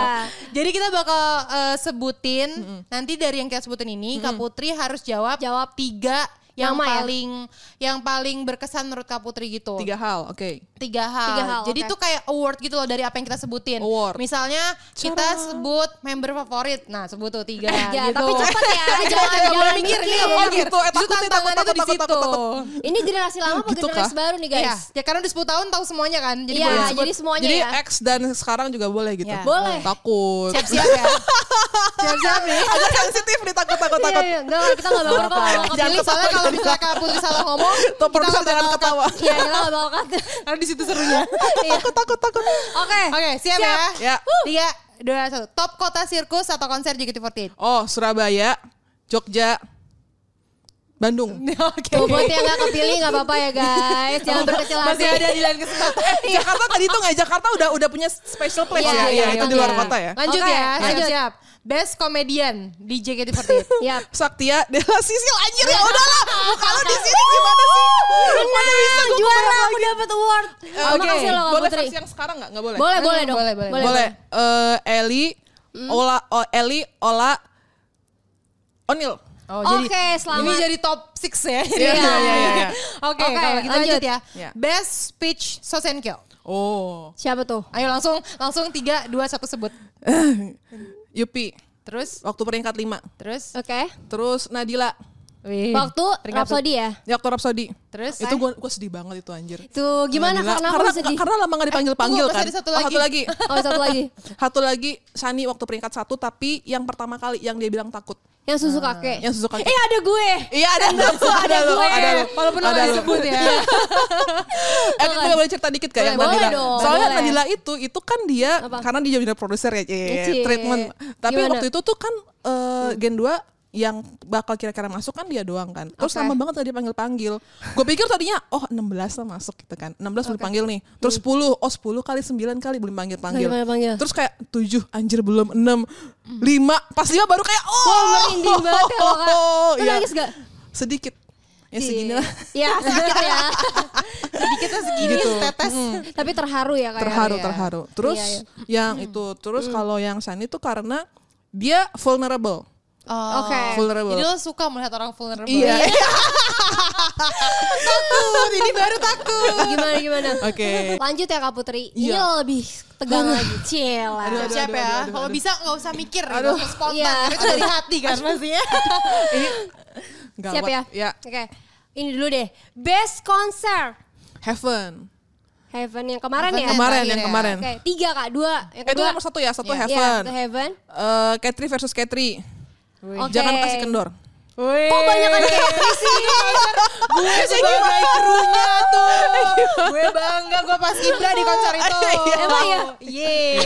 Jadi kita bakal uh, sebutin nanti dari yang kita sebutin ini Kak Putri harus jawab
Jawab.
tiga yang
Nama ya?
paling yang paling berkesan menurut Kak Putri gitu.
Tiga hal, oke.
tiga hal.
Tiga hal,
Jadi
oke.
itu kayak award gitu loh dari apa yang kita sebutin.
Award.
Misalnya kita sebut member favorit. Nah, sebut tuh tiga
Ya,
gitu.
tapi
*laughs*
cepat ya, jangan
Jangan
jangan
mikir,
mikir.
iya,
Oh gitu,
Justru
eh, takut nih,
tantangannya
takut,
tuh di
takut, takut,
situ.
takut.
Ini generasi lama apa
Gitu
generasi
kah?
baru nih
Iya,
guys?
ya karena udah 10 tahun tahu semuanya kan. Jadi
Iya,
boleh
jadi
sebut.
semuanya
Jadi
ya. Iya,
X dan sekarang juga boleh gitu.
Ya,
Boleh.
Takut.
siap-siap ya. siap-siap nih.
*laughs* Agak sensitif nih takut takut
Iya,
takut.
iya, enggak kita enggak bakal kok. nggak bakal
Jangan ya.
pilih.
soalnya kalau misalnya Kak Putri salah *laughs* ngomong,
Tuh produser
nggak
jangan
bakal
ketawa.
Iya, kita enggak bakal kata.
Karena di situ serunya.
Iya.
Takut *laughs* takut takut.
Oke.
Oke, siap, ya.
Ya.
Tiga, dua, satu. Top kota sirkus atau konser JKT48?
Oh Surabaya, Jogja,
*laughs*
Bandung.
Oke.
*laughs*
Bobot yang gak kepilih gak apa-apa ya guys Jangan berkecil hati
Masih ada di lain kesempatan.
eh, Jakarta tadi tuh nggak Jakarta udah udah punya special place
Iya,
ya.
iya,
Iya itu di luar
iya.
kota ya.
Lanjut
Oke,
ya,
lanjut.
siap-siap. Best comedian di *laughs* JKT48.
Yap.
Saktia *laughs* Dela Sisil anjir ya udahlah muka lo di sini gimana
*laughs*
sih? Mana bisa
Nah,
gue
juara aku dapat award
Oke,
Makasih loh Kak
boleh
Putri
versi yang sekarang nggak? Nggak boleh.
Boleh, boleh Hmm?
Hmm,
dong
boleh, boleh.
Boleh. Eh, Eli, Ola, o, Eli, Ola, Onil.
Oh,
Oke, selamat.
Ini jadi top 6 ya. Jadi- *laughs*
Iya, iya, iya, iya.
Oke,
Oke,
kalau kita lanjut,
lanjut.
ya.
Iya.
Best speech Sosenkyo.
Oh.
Siapa tuh?
Ayo langsung langsung 3 2 1 sebut.
Yupi,
Terus
waktu peringkat 5.
terus
Oke
Terus Nadila, Iya,
Wih.
Waktu
Peringkat
Rhapsody ya?
di Aktor Rhapsody.
Terus
Itu gue gua sedih banget itu anjir.
Tuh gimana
Nadila.
Kak? Kenapa
karena,
lu sedih?
Karena lama gak dipanggil-panggil
Eh, tunggu,
kan.
masih ada satu
Oh,
lagi.
satu lagi. *laughs*
Oh satu lagi
Satu lagi, Sani waktu peringkat satu tapi yang pertama kali yang dia bilang takut.
Yang susu kakek
Ah, Yang susu kakek.
Eh ada gue
Iya ada lu, ada lu,
gue.
ada lu.
Walaupun lo
Ada
nggak
lu.
disebut
*laughs*
ya.
Eh, gue boleh cerita dikit gak yang
Boleh,
Nadila?
boleh dong.
Soalnya
Boleh.
Nadila itu, itu kan dia,
Apa?
karena dia jadi produser ya, eh,
Cie.
treatment. Tapi
Gimana?
waktu itu tuh kan eh, Gen 2 yang bakal kira-kira masuk kan dia doang kan. Terus
Oke.
lama banget tadi panggil-panggil. Gue pikir tadinya, oh 16 lah masuk gitu kan. 16 belum panggil nih. Terus 10, oh 10 kali 9 kali belum panggil-panggil.
Hmm. Belum panggil-panggil.
Terus kayak 7, anjir belum 6, 5. Pas 5 baru kayak, oh.
Wah merinding banget ya loh Kak Lu
*laughs* Iya.
nangis gak?
Sedikit. Ya segini lah.
Ya sedikit
*laughs*
ya Hmm.
Sedikit lah segini
Gitu.
tetes.
Tapi terharu ya kayak
terharu
iya.
terharu terus
Iya, Hmm.
yang itu terus kalau yang Sunny itu karena dia vulnerable
Oh.
Oke.
vulnerable
Jadi lo suka melihat orang vulnerable.
iya
*laughs*
takut, ini baru takut.
*laughs* Gimana gimana?
Oke.
Lanjut ya Kak Putri. Ini
Iya.
lebih tegang lagi. Cila.
Aduh, aduh,
Siap
aduh,
ya.
aduh,
Kalau bisa nggak usah mikir,
Aduh.
gitu, spontan.
Iya.
Tapi itu dari hati
*laughs*
kan pastinya.
Gawat.
Siap ya? Oke. Ini dulu deh. Best konser.
heaven
Heaven yang kemarin
Heaven
ya?
yang
kemarin
terakhir
yang
ya.
kemarin
Oke, tiga Kak, dua. Yang
Eh, itu nomor satu ya satu
Iya.
heaven
Ya, heaven.
Eh, Katri versus Katri
Oke.
jangan kasih kendor
Wih.
Kok banyak ada
gitu
Katri sih?
gue sebagai krunya tuh gue bangga gue pas Ibra di konser itu Iya.
Emang ya?
Yeay.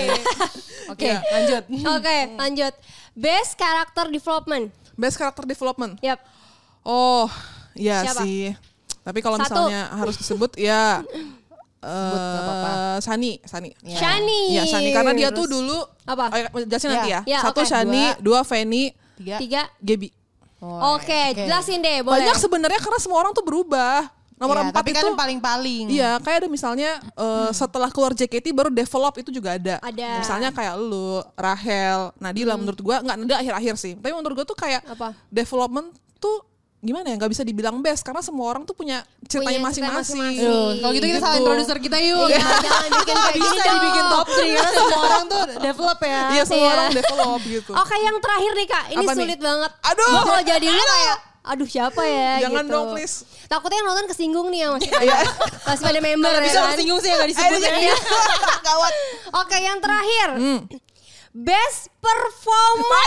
oke
Iya.
lanjut
Oke, lanjut. Best Character Development.
best character development
Yap.
oh ya
Iya. Siapa?
sih tapi kalau
Satu. *laughs*
misalnya harus disebut ya eh
Sebut, nggak apa-apa.
eh, Shani, Shani.
Ya.
Shani.
Iya Shani karena dia tuh dulu
Apa?
Oh, ya, jelasin nanti ya.
Ya. Ya,
Satu
oke.
Shani, dua, Feni,
Tiga.
tiga.
Gebi.
Oke, jelasin deh, boleh.
ya. Banyak sebenarnya karena semua orang tuh berubah. Nomor
Iya,
empat
tapi
itu
kan paling-paling.
Iya, kayak ada misalnya eh, setelah keluar JKT baru develop itu juga ada.
Ada.
Misalnya kayak lu, Rahel, Nadila menurut gua nggak ada akhir-akhir sih. Tapi menurut gua tuh kayak
Apa?
development tuh gimana ya nggak bisa dibilang best karena semua orang tuh punya ceritanya
cerita masing-masing.
masing-masing.
Aduh, kalau gitu kita salah
Gitu.
produser kita yuk.
Iya, jangan bikin kayak gini
Bisa
dong.
dibikin top 3
ya,
*laughs*
karena semua orang tuh develop ya.
Iya, semua
Iya.
orang develop gitu.
Oke, yang terakhir nih Kak. Ini
Apa nih?
sulit banget.
Aduh.
Gua kalau jadi lu kayak aduh siapa ya
Jangan
gitu.
dong, please. Iya.
Takutnya yang nonton kesinggung nih ya Mas. Pasti pada member ya
Bisa
kan?
tersinggung sih yang gak disebut
Eh,
ya.
*laughs* Gawat.
Oke, yang terakhir. Best performer.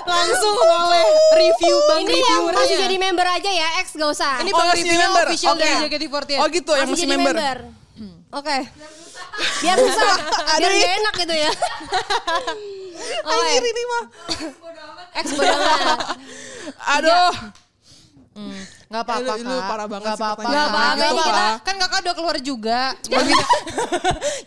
Langsung boleh review bang
Ini
review
yang masih jadi member aja ya, ex gak usah.
Ini
Oh,
bang
masih
reviewnya
member.
official
Oke.
dari JKT48.
Oh gitu, yang masih
jadi
member.
Oke. Biar susah, biar
Aduh.
gak enak gitu ya. Oke,
Anjir ini mah.
ex bodo amat.
Aduh.
Gak apa-apa
Lu- lu
Kak.
parah banget
Gak
sih
apa-apa.
pertanyaan.
Gak apa-apa,
Gak
ini
apa-apa.
kita-
Kan kakak udah keluar juga.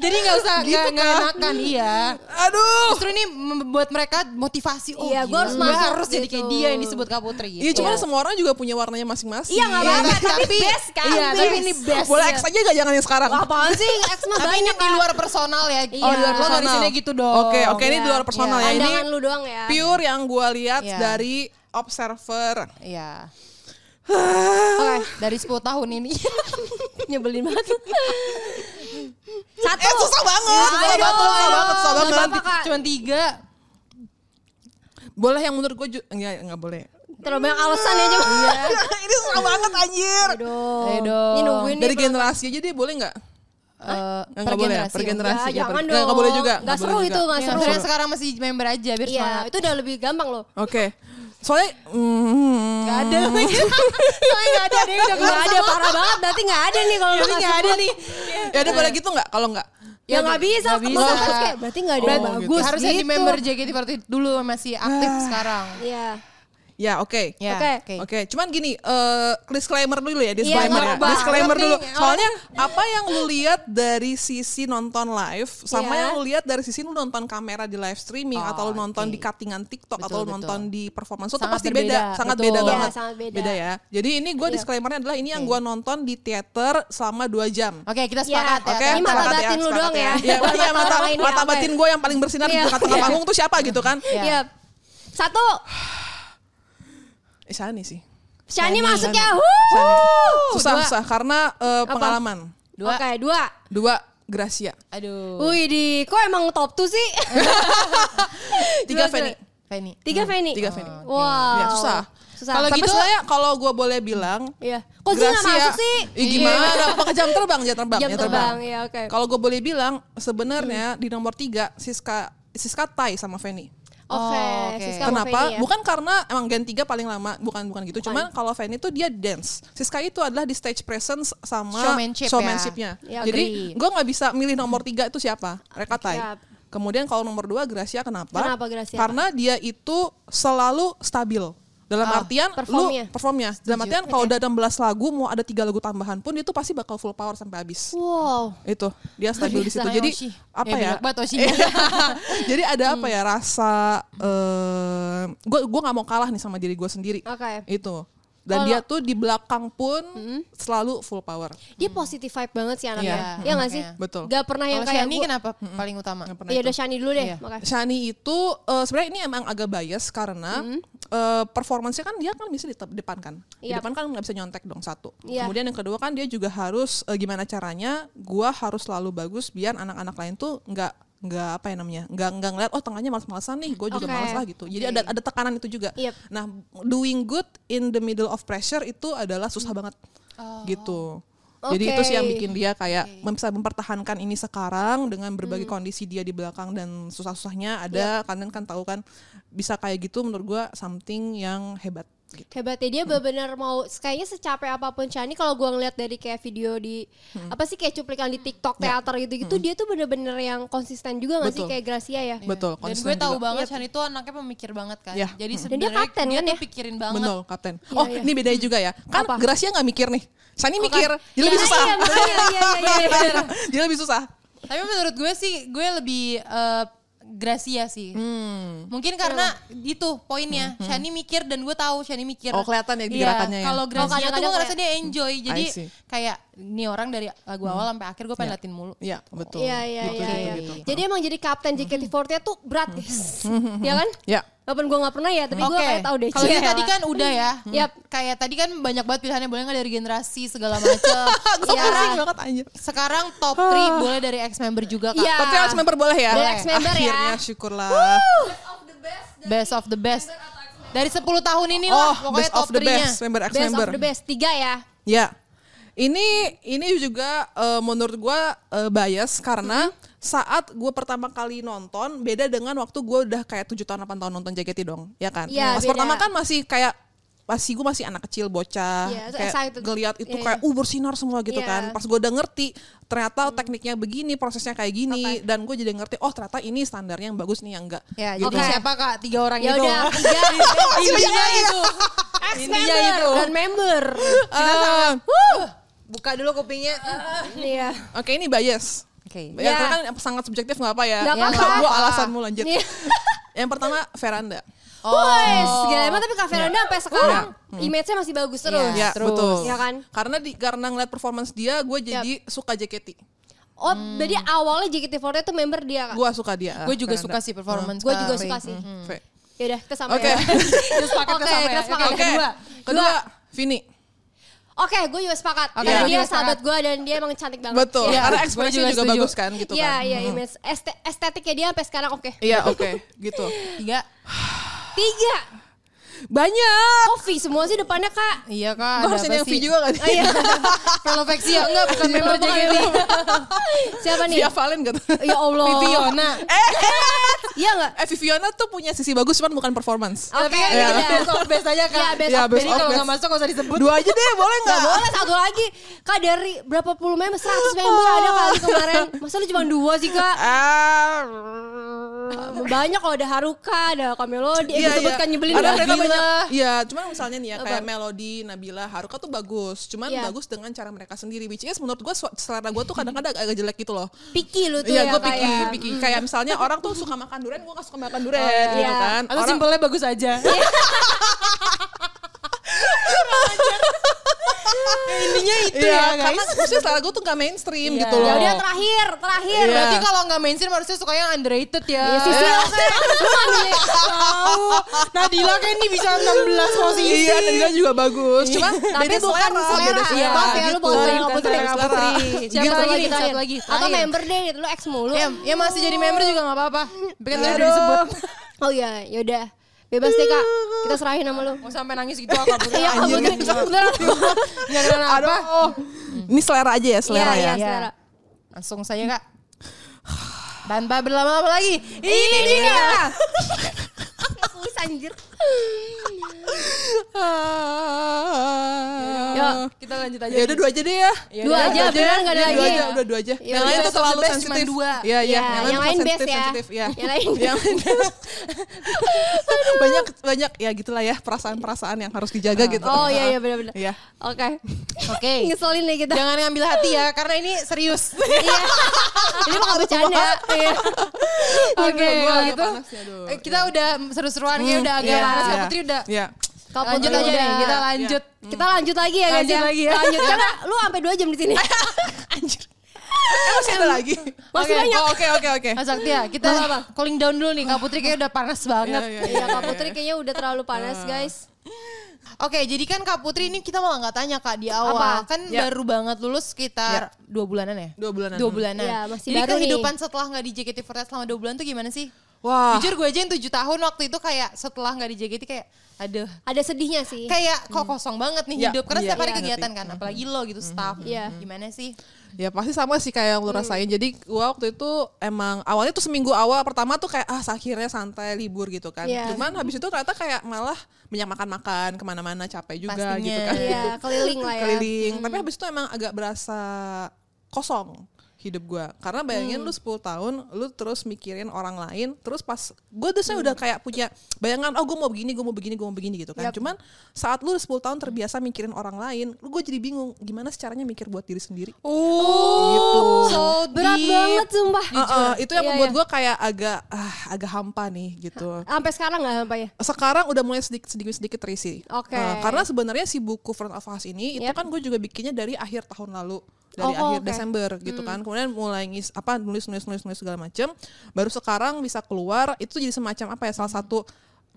Jadi gak usah
gitu,
gak, gak enakan iya.
Aduh.
Justru ini membuat mereka motivasi. Oh,
Iya, gua harus
gua
masuk
harus jadi kayak
gitu.
dia ini sebut Kak Putri. gitu.
Iya, cuman semua orang juga punya warnanya masing-masing.
Iya, nggak
Iya,
apa-apa,
tapi-
tapi,
tapi-
best kan.
iya, tapi
best.
ini best.
Boleh X aja gak jangan yang sekarang?
Wah, apaan sih? Ex mah
Tapi ini
banyak
di
Kak.
luar personal ya.
Iya.
Oh, di luar personal.
Personal.
Di sini gitu dong.
Oke, oke, ini di luar personal ya. Ini
Pandangan lu doang ya.
pure yang gue lihat
Iya.
dari observer.
Iya.
*sighs*
Oke, dari 10 tahun ini.
*laughs* Nyebelin banget. Satu. Iya.
Eh, susah banget.
Aduh.
Susah banget, susah banget, susah
Nggak
banget.
apa-apa, Kak.
Cuman tiga.
Boleh yang menurut gue juga enggak enggak
*laughs*
boleh.
Terlalu banyak alasan ya. Jeng.
ini susah banget anjir.
Aduh.
Ayo dong.
Ini nungguin nih
Dari generasi aja deh boleh nggak?
Eh,
Nggak
per
boleh,
generasi.
per
Ya,
generasi.
jangan
per-
dong.
nggak boleh juga.
Nggak
boleh
seru
juga.
itu, nggak
Iya,
seru.
makanya sekarang masih member aja biar
Iya,
semangat.
itu udah lebih gampang loh.
Oke. Soalnya mm,
Gak
*laughs*
*laughs*
ada. Soalnya gak ada deh udah
Gak ada
ada.
parah banget, berarti gak ada nih kalau lu
Berarti
nggak
nggak ada
sebut.
nih.
Ya udah boleh gitu nggak? Kalau nggak
Ya nggak bisa,
nggak
ketemu
bisa.
terus kayak berarti gak ada yang
Oh,
bagus
gitu.
Harusnya di
gitu.
member JKT48 dulu masih aktif sekarang.
Iya.
Ya oke.
Ya,
Oke.
Oke, cuman gini, eh, disclaimer dulu ya,
Iya,
disclaimer
nggak
ya.
apa-apa.
Disclaimer
Tapi
dulu.
orang-
Soalnya apa yang lu lihat dari sisi nonton live sama
Iya.
yang lu lihat dari sisi lu nonton kamera di live streaming
Oh,
atau lu nonton
oke.
di cuttingan TikTok
Betul,
atau lu
betul.
nonton di performance lu tuh
Sangat
pasti
berbeda,
beda, sangat
betul.
beda
Iya,
banget.
sangat beda.
ya. Jadi ini gue disclaimernya adalah ini yang
Oke.
gua nonton di teater selama 2 jam.
Oke, kita
Iya.
sepakat ya.
Oke,
Ini mata
sepakat
batin lu
sepakat
doang ya.
Iya, iya, mata,
Orang lain ya,
mata
oke.
batin gue yang paling bersinar di
Iya.
tengah-tengah
Iya.
panggung tuh siapa gitu kan?
Iya.
Iya. Satu.
Eh, Shani sih.
Shani masuk ya. Wuh.
Shani.
Oh,
Susah,
dua.
susah karena eh, pengalaman.
Dua.
Oke, dua.
Dua, Gracia.
Aduh.
Wih di, kok emang top tuh sih? Dua,
Tiga, Feni.
dua.
Feni.
Tiga Feni.
Tiga Feni.
Wow.
Ya, susah.
Susah.
Kalau
Tapi
gitu-
sebenarnya kalau gue boleh bilang,
Iya. Kok sih nggak masuk sih? Iya.
Ih, gimana? Pakai jam terbang, jam terbang,
Jam terbang, ya oke. Hmm.
Kalau gue boleh bilang, sebenarnya di nomor tiga Siska Siska Tai sama Feni.
Oke,
Oh, oke.
Siska sama
Kenapa?
Feni ya.
Bukan karena emang Gen 3 paling lama, bukan bukan gitu. Cuman kalau Fanny itu dia dance. Siska itu adalah di stage presence sama
Showmanship ya.
showmanshipnya.
Ya, agree.
Jadi gue nggak bisa milih
*laughs*
nomor tiga itu siapa. Mereka
Siap.
tai. Kemudian kalau nomor dua Gracia kenapa?
Kenapa Gracia?
Karena dia itu selalu stabil. Dalam
Oh,
artian
Ah, performnya.
lu performnya. Dalam artian kalau udah 16 lagu mau ada tiga lagu tambahan pun itu pasti bakal full power sampai habis
Wow.
itu dia stabil di situ
Sarah
jadi
Yoshi. Ya,
apa ya,
bijak banget *laughs* Yoshinya.
*laughs* jadi ada apa
Hmm.
ya rasa gue gue nggak mau kalah nih sama diri gue sendiri
Oke.
itu
Kalau-
dan
Hmm.
dia tuh di belakang pun selalu full power
Dia positive vibe banget sih anaknya.
Iya.
Iya nggak sih?
Iya.
Betul.
Gak pernah *laughs* yang
Kalau
kayak
Shani
gua-
kenapa paling utama?
Nggak pernah
Ya
itu.
udah Shani dulu deh.
Iya.
Makasih.
Shani itu eh, sebenarnya ini emang agak bias karena eh, performance-nya kan dia kan bisa di tep- depan kan. Di
Hmm. Iya.
depan kan nggak bisa nyontek dong satu.
Iya.
Kemudian yang kedua kan dia juga harus eh, gimana caranya gua harus selalu bagus biar anak-anak lain tuh nggak nggak apa ya namanya nggak nggak ngeliat oh tengahnya malas-malasan nih gue
Oke.
juga
Iya,
malas lah gitu jadi ada ada tekanan itu juga
Yep.
nah doing good in the middle of pressure itu adalah susah banget
Oh.
gitu jadi itu sih
Oke.
yang
Hmm.
bikin dia kayak mem- bisa mempertahankan ini sekarang dengan berbagai kondisi dia di belakang dan
Iya.
susah-susahnya ada kalian kan tahu kan bisa kayak gitu menurut gua something yang hebat gitu.
Hebat ya dia benar-benar mau kayaknya secapek apapun Chani kalau gua ngeliat dari kayak video di
Hmm.
apa sih kayak cuplikan di TikTok teater gitu-gitu dia tuh bener-bener yang konsisten juga nggak sih
Iya. Betul. Iya.
kayak Gracia ya.
Betul.
Iya. Dan
konsisten
gue tahu
juga.
banget Chan itu anaknya pemikir banget kan.
Iya.
Jadi
Dan dia
sebenarnya
kapten kan
tuh
ya?
pikirin banget.
Betul, kapten.
Iya,
oh,
iya.
ini bedanya juga ya. Kan
Apa?
Gracia nggak mikir nih. Sani
Oh,
mikir,
kan.
jadi lebih
Iya,
susah.
iya, bener, iya, iya, iya, iya, bener.
*laughs* jadi lebih susah.
Tapi menurut gue sih gue lebih eh, Gracia sih.
Hmm.
Mungkin karena itu poinnya. Shani mikir dan gue tahu Shani mikir.
Oh, kelihatan ya di
Iya,
gerakannya ya.
Kalau Gracia tuh
kadang-kadang
gue ngerasa dia enjoy. Jadi
I see. Hmm.
kayak ini orang dari lagu awal sampai akhir gue pengen latihan mulu.
Iya, betul.
Iya iya
Gitu,
iya.
gitu,
iya.
gitu.
Jadi emang jadi kapten JKT48 tuh berat guys. *laughs* ya kan?
Iya.
Walaupun gua nggak pernah ya tapi
Oke.
gua kayak tahu deh. Iya.
Kalau
Cia.
ini tadi kan udah ya. *laughs*
Yap.
Kayak tadi kan banyak banget pilihannya boleh nggak dari generasi segala *laughs* macam.
Gue
Iya.
pusing
Sekarang-
banget anjir.
Sekarang top *sighs* 3 boleh dari ex member juga kak.
Iya.
Tapi harus member boleh ya?
Boleh, ex member ya.
Akhirnya syukurlah.
Best of the best. Dari 10 tahun ini
Oh,
lah pokoknya
best of
top
the
3-nya.
best, member ex
best
member.
of the best tiga ya.
Ya. Ini ini juga eh, menurut gua eh, bias karena
Mm-hmm.
saat gua pertama kali nonton beda dengan waktu gua udah kayak 7 tahun 8 tahun nonton JKT dong, ya kan?
Iya,
Pas
beda.
pertama kan masih kayak masih gua masih anak kecil bocah
Iya, so
kayak
excited.
ngeliat itu
Iya,
kayak uh bersinar semua gitu
Iya. Mm-hmm.
kan. Pas gua udah ngerti ternyata tekniknya begini, prosesnya kayak gini dan gua jadi ngerti oh ternyata ini standarnya yang bagus nih yang enggak. Gitu. Eh,
Ya,
Iya,
jadi
Oke.
siapa kak? Tiga orang
Ya
itu. *laughs*
*laughs*
udah tiga.
Iya,
gitu.
Intinya itu.
Ex
Intinya
member
gitu.
itu.
dan member.
Eh,
Buka dulu *laughs* kupingnya.
Iya.
Oke, ini bias.
Oke.
Ya,
Ya.
karena kan sangat subjektif nggak apa ya.
Nggak
Ya,
apa-apa.
Gua alasanmu lanjut.
Iya.
*laughs* Yang pertama veranda. Oh.
Wes,
Oh.
gila emang tapi Kak Veranda sampai sekarang image-nya masih bagus terus.
Hmm. Ya,
terus.
betul.
Ya kan?
Karena di karena ngeliat performance dia, gue jadi suka JKT.
Oh,
Hmm.
jadi awalnya JKT48 tuh member dia Kak.
Gue suka dia.
Gue juga suka sih performance
Gue
Ah, Kak
juga
Ray.
suka sih.
Hmm. Fe.
Ya udah, kita sama
Oke. *laughs*
ya.
Kita sepakat
Oke,
kita sama ya.
kita sepakat.
Oke.
Kedua.
Kedua, Vini.
Oke, gue juga sepakat.
Oke,
Karena
gue
dia
juga
sahabat gue dan dia emang cantik banget.
Betul.
Iya.
Karena
Gue
ekspresinya
juga
juga,
setuju.
bagus kan gitu
Iya,
kan.
iya, image este- estetiknya dia sampai sekarang oke.
Iya, oke. gitu.
Tiga.
Tiga.
Banyak.
Kofi semua sih depannya
*laughs*
Kak.
Iya kak.
gue harus ini yang V juga kan. gak sih?
Iya. *laughs* Kalau Vexi ya enggak bukan member
bukan,
JKT.
Iya. Siapa Oh, nih?
*laughs* Via Valen gitu.
Ya Allah.
Viviana.
*laughs*
Iya enggak?
Eh, Viviana tuh punya sisi bagus, cuman bukan performance.
Oke,
Tapi kan
ya
kita
udah.
best of best aja kak.
Iya, best
Iya,
of
best
Jadi
of
kalau
best. Iya.
nggak masuk nggak usah disebut.
Dua aja deh, boleh
Gak
nggak?
Oh. boleh satu lagi. Kak dari berapa puluh member? 100 member ada kali kemarin. Masa lu cuma dua sih kak?
Ah.
Banyak kalau ada Haruka, ada Kamelody. Eh,
Iya,
gue sebut kan
iya.
nyebelin
Ada
gak?
mereka
Gila.
banyak. Iya, cuman misalnya nih ya kayak Melody, Nabila, Haruka tuh bagus. Cuman
Iya.
bagus dengan cara mereka sendiri. Which is menurut gue selera gue tuh kadang-kadang agak jelek gitu loh.
Picky lu tuh
Iya,
ya,
gue
Kak,
pikir,
ya.
pikir kayak misalnya orang tuh suka makan durian, gue gak suka makan durian,
iya.
gitu kan?
Atau
orang,
simpelnya bagus
*laughs*
aja.
*laughs*
Intinya itu
iya,
ya
karena
guys.
maksudnya selera gue tuh gak mainstream
Iya.
gitu loh.
Ya udah terakhir, terakhir.
Iya.
Berarti kalau nggak mainstream harusnya suka yang underrated ya.
Ya, Sisi
*laughs*
oke. Lu kan nih.
Tahu. Nadila kan ini bisa 16 posisi.
Iya, dan dia juga bagus. Cuma
Tapi
beda
bukan
selera,
selera.
beda
Iya,
selera.
Maaf ya, lu bukan
gitu.
selera, nggak putri,
Bukan
nggak
selera.
Siapa
Gitu,
lagi?
gitu,
Satu
terakhir.
lagi,
Atau
terakhir.
member deh, gitu. lu ex mulu.
Ya,
Iya,
ya masih jadi member juga nggak apa-apa. Bikin tadi udah
Aduh.
disebut.
Oh iya, yaudah. Bebas deh kak, kita serahin sama lu.
Iya,
Mau sampai nangis gitu aku kabur.
Iya, Kak
Anjir,
Putri. Beneran.
Nggak kenapa.
Aduh, ini selera aja ya,
Iya,
selera ya.
iya,
Iya.
selera.
Langsung saja kak. *sighs* Tanpa berlama-lama lagi.
Iya.
Ini dia.
Kuis anjir.
Ya.
Kita lanjut aja.
Ya udah dua aja deh ya.
Ya
Dua
udah,
aja, beneran gak ada
Dua
lagi.
aja, udah dua aja.
Iya,
yang lain
udah.
tuh selalu
Best cuma
sensitif.
dua.
Iya, iya.
Iya,
Yang lain best
best ya.
sensitif, ya.
Yang lain
*laughs* Yang lain best. banyak banyak ya gitulah ya perasaan-perasaan yang harus dijaga gitu.
Oh iya, iya benar-benar.
Iya.
Oke.
Oke.
Ngeselin nih kita.
*laughs* Jangan ngambil hati ya, karena ini serius.
*laughs* Iya. Ini mah nggak bercanda. Iya.
Oke,
Aduh, gua
kalau
agak
gitu
panas ya, aduh.
eh, kita udah seru-seruan
Hmm,
kayaknya udah agak
Iya,
panas Kak
iya.
Putri udah.
Iya.
Kak
Lanjut
Putri
aja nih,
udah. Iya.
kita lanjut.
Kita lanjut lagi ya guys
Lanjut
ya.
lagi ya.
Lanjut *laughs* karena lu sampai 2 jam di sini.
Anjir. Eh, masih ada lagi.
Masih
Oke.
banyak.
Oh, Oke, oke, oke.
Mas Saktia, kita calling down dulu nih Kak Putri kayaknya udah panas banget.
Iya,
*laughs* Iya, Kak Putri kayaknya udah terlalu panas guys.
Oke, jadi kan Kak Putri ini kita malah nggak tanya Kak di awal.
Apa? Iya.
Kan
Ya.
baru banget lulus sekitar dua bulanan ya?
Dua bulanan.
Dua bulanan.
Iya, masih
jadi
baru nih.
kehidupan setelah nggak di JKT48 selama dua bulan tuh gimana sih?
Ah.
Wah.
Jujur gue aja yang tujuh tahun waktu itu kayak setelah nggak di JKT kayak aduh
Ada sedihnya sih.
kayak kok kosong banget nih
Ya,
hidup karena
iya,
setiap hari
iya,
kegiatan kan apalagi lo gitu staff
Iya.
gimana sih
Ya pasti sama sih kayak yang
Hmm.
lu rasain. Jadi gua waktu itu emang awalnya tuh seminggu awal pertama tuh kayak ah akhirnya santai libur gitu kan.
Iya.
Cuman habis itu ternyata kayak malah banyak makan-makan kemana-mana capek juga
Pastinya.
gitu kan.
Iya, keliling lah ya.
Keliling. Tapi habis itu emang agak berasa kosong hidup gua karena bayangin
Hmm.
lu 10 tahun lu terus mikirin orang lain terus pas gue tuh
Hmm.
saya udah kayak punya bayangan oh gue mau begini gue mau begini gue mau begini gitu
Yap.
kan cuman saat lu 10 tahun terbiasa mikirin orang lain lu gue jadi bingung gimana sih caranya mikir buat diri sendiri
Gitu.
Oh, so
Berat
deep.
banget sumpah.
Gitu. Heeh, itu yang
Iya,
membuat
iya.
gue kayak agak ah, agak hampa nih gitu.
Sampai sekarang nggak sampai ya?
Sekarang udah mulai sedikit sedikit sedikit terisi.
Oke.
Nah, karena sebenarnya si buku Front of Us ini itu
Yep.
kan gue juga bikinnya dari akhir tahun lalu dari
Oh,
akhir
oke. Hmm.
Desember gitu kan. Kemudian mulai ngis apa nulis nulis nulis nulis segala macam. Baru sekarang bisa keluar itu jadi semacam apa ya salah satu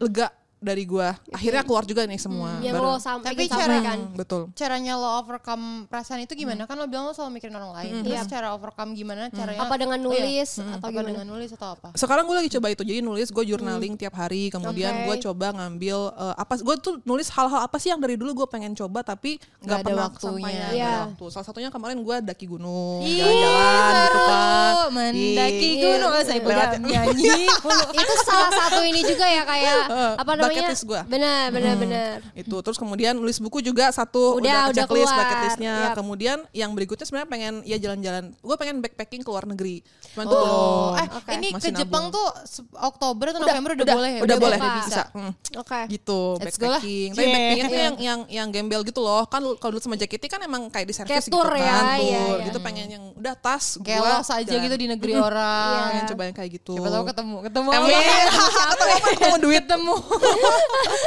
lega dari gue. Akhirnya keluar juga nih
ya.
semua.
Hmm. Yang
Hmm, Baru-
lo kan? sampai
Tapi cara-
sampaikan.
Hmm, betul.
Caranya lo overcome perasaan itu gimana? Kan lo bilang lo selalu mikirin orang lain.
Iya.
Terus cara overcome gimana caranya?
Apa dengan
Oh, iya.
Hmm, nulis atau
Apa
gimana?
dengan nulis atau apa?
sekarang gue lagi coba itu jadi nulis gue journaling tiap hari kemudian
Oke.
gue coba ngambil eh, apa gue tuh nulis hal-hal apa sih yang dari dulu gue pengen coba tapi nggak
ada
pernah
waktunya.
kesampaian,
Iya.
nggak ada waktu salah satunya kemarin gue daki gunung
Ih,
jalan-jalan Iya, gitu Iya.
seru.
kan
Mendaki
Di-
gunung saya udah
Lewat-
nyanyi.
*laughs* itu salah satu ini juga ya kayak
Heeh,
apa
bucket
namanya?
list gua. Hmm.
Benar, benar, benar.
itu terus kemudian nulis buku juga satu
Udah,
udah,
udah
udah checklist
keluar.
bucket listnya
Yap.
kemudian yang berikutnya sebenarnya pengen ya jalan-jalan gue pengen backpacking ke luar negeri cuman tuh
Oh,
belum
eh
Oke.
ini
Masih
ke Jepang
nabung.
tuh se- Oktober atau November udah, boleh ya?
udah boleh
buka.
bisa Hmm.
Oke.
gitu
Let's go lah.
backpacking tapi
Yeah.
backpackingnya tuh
Iya.
yang yang yang gembel gitu loh kan lu- kalau dulu sama Jakiti kan emang kayak di
Kayak
service
tour
gitu kan
ya, iya,
tour
iya.
gitu pengen yang udah tas gua
Kelos aja
jalan.
gitu di negeri orang.
pengen coba yang kayak gitu
Siapa tahu ketemu, ketemu
Amin.
ketemu apa? Ketemu duit temu.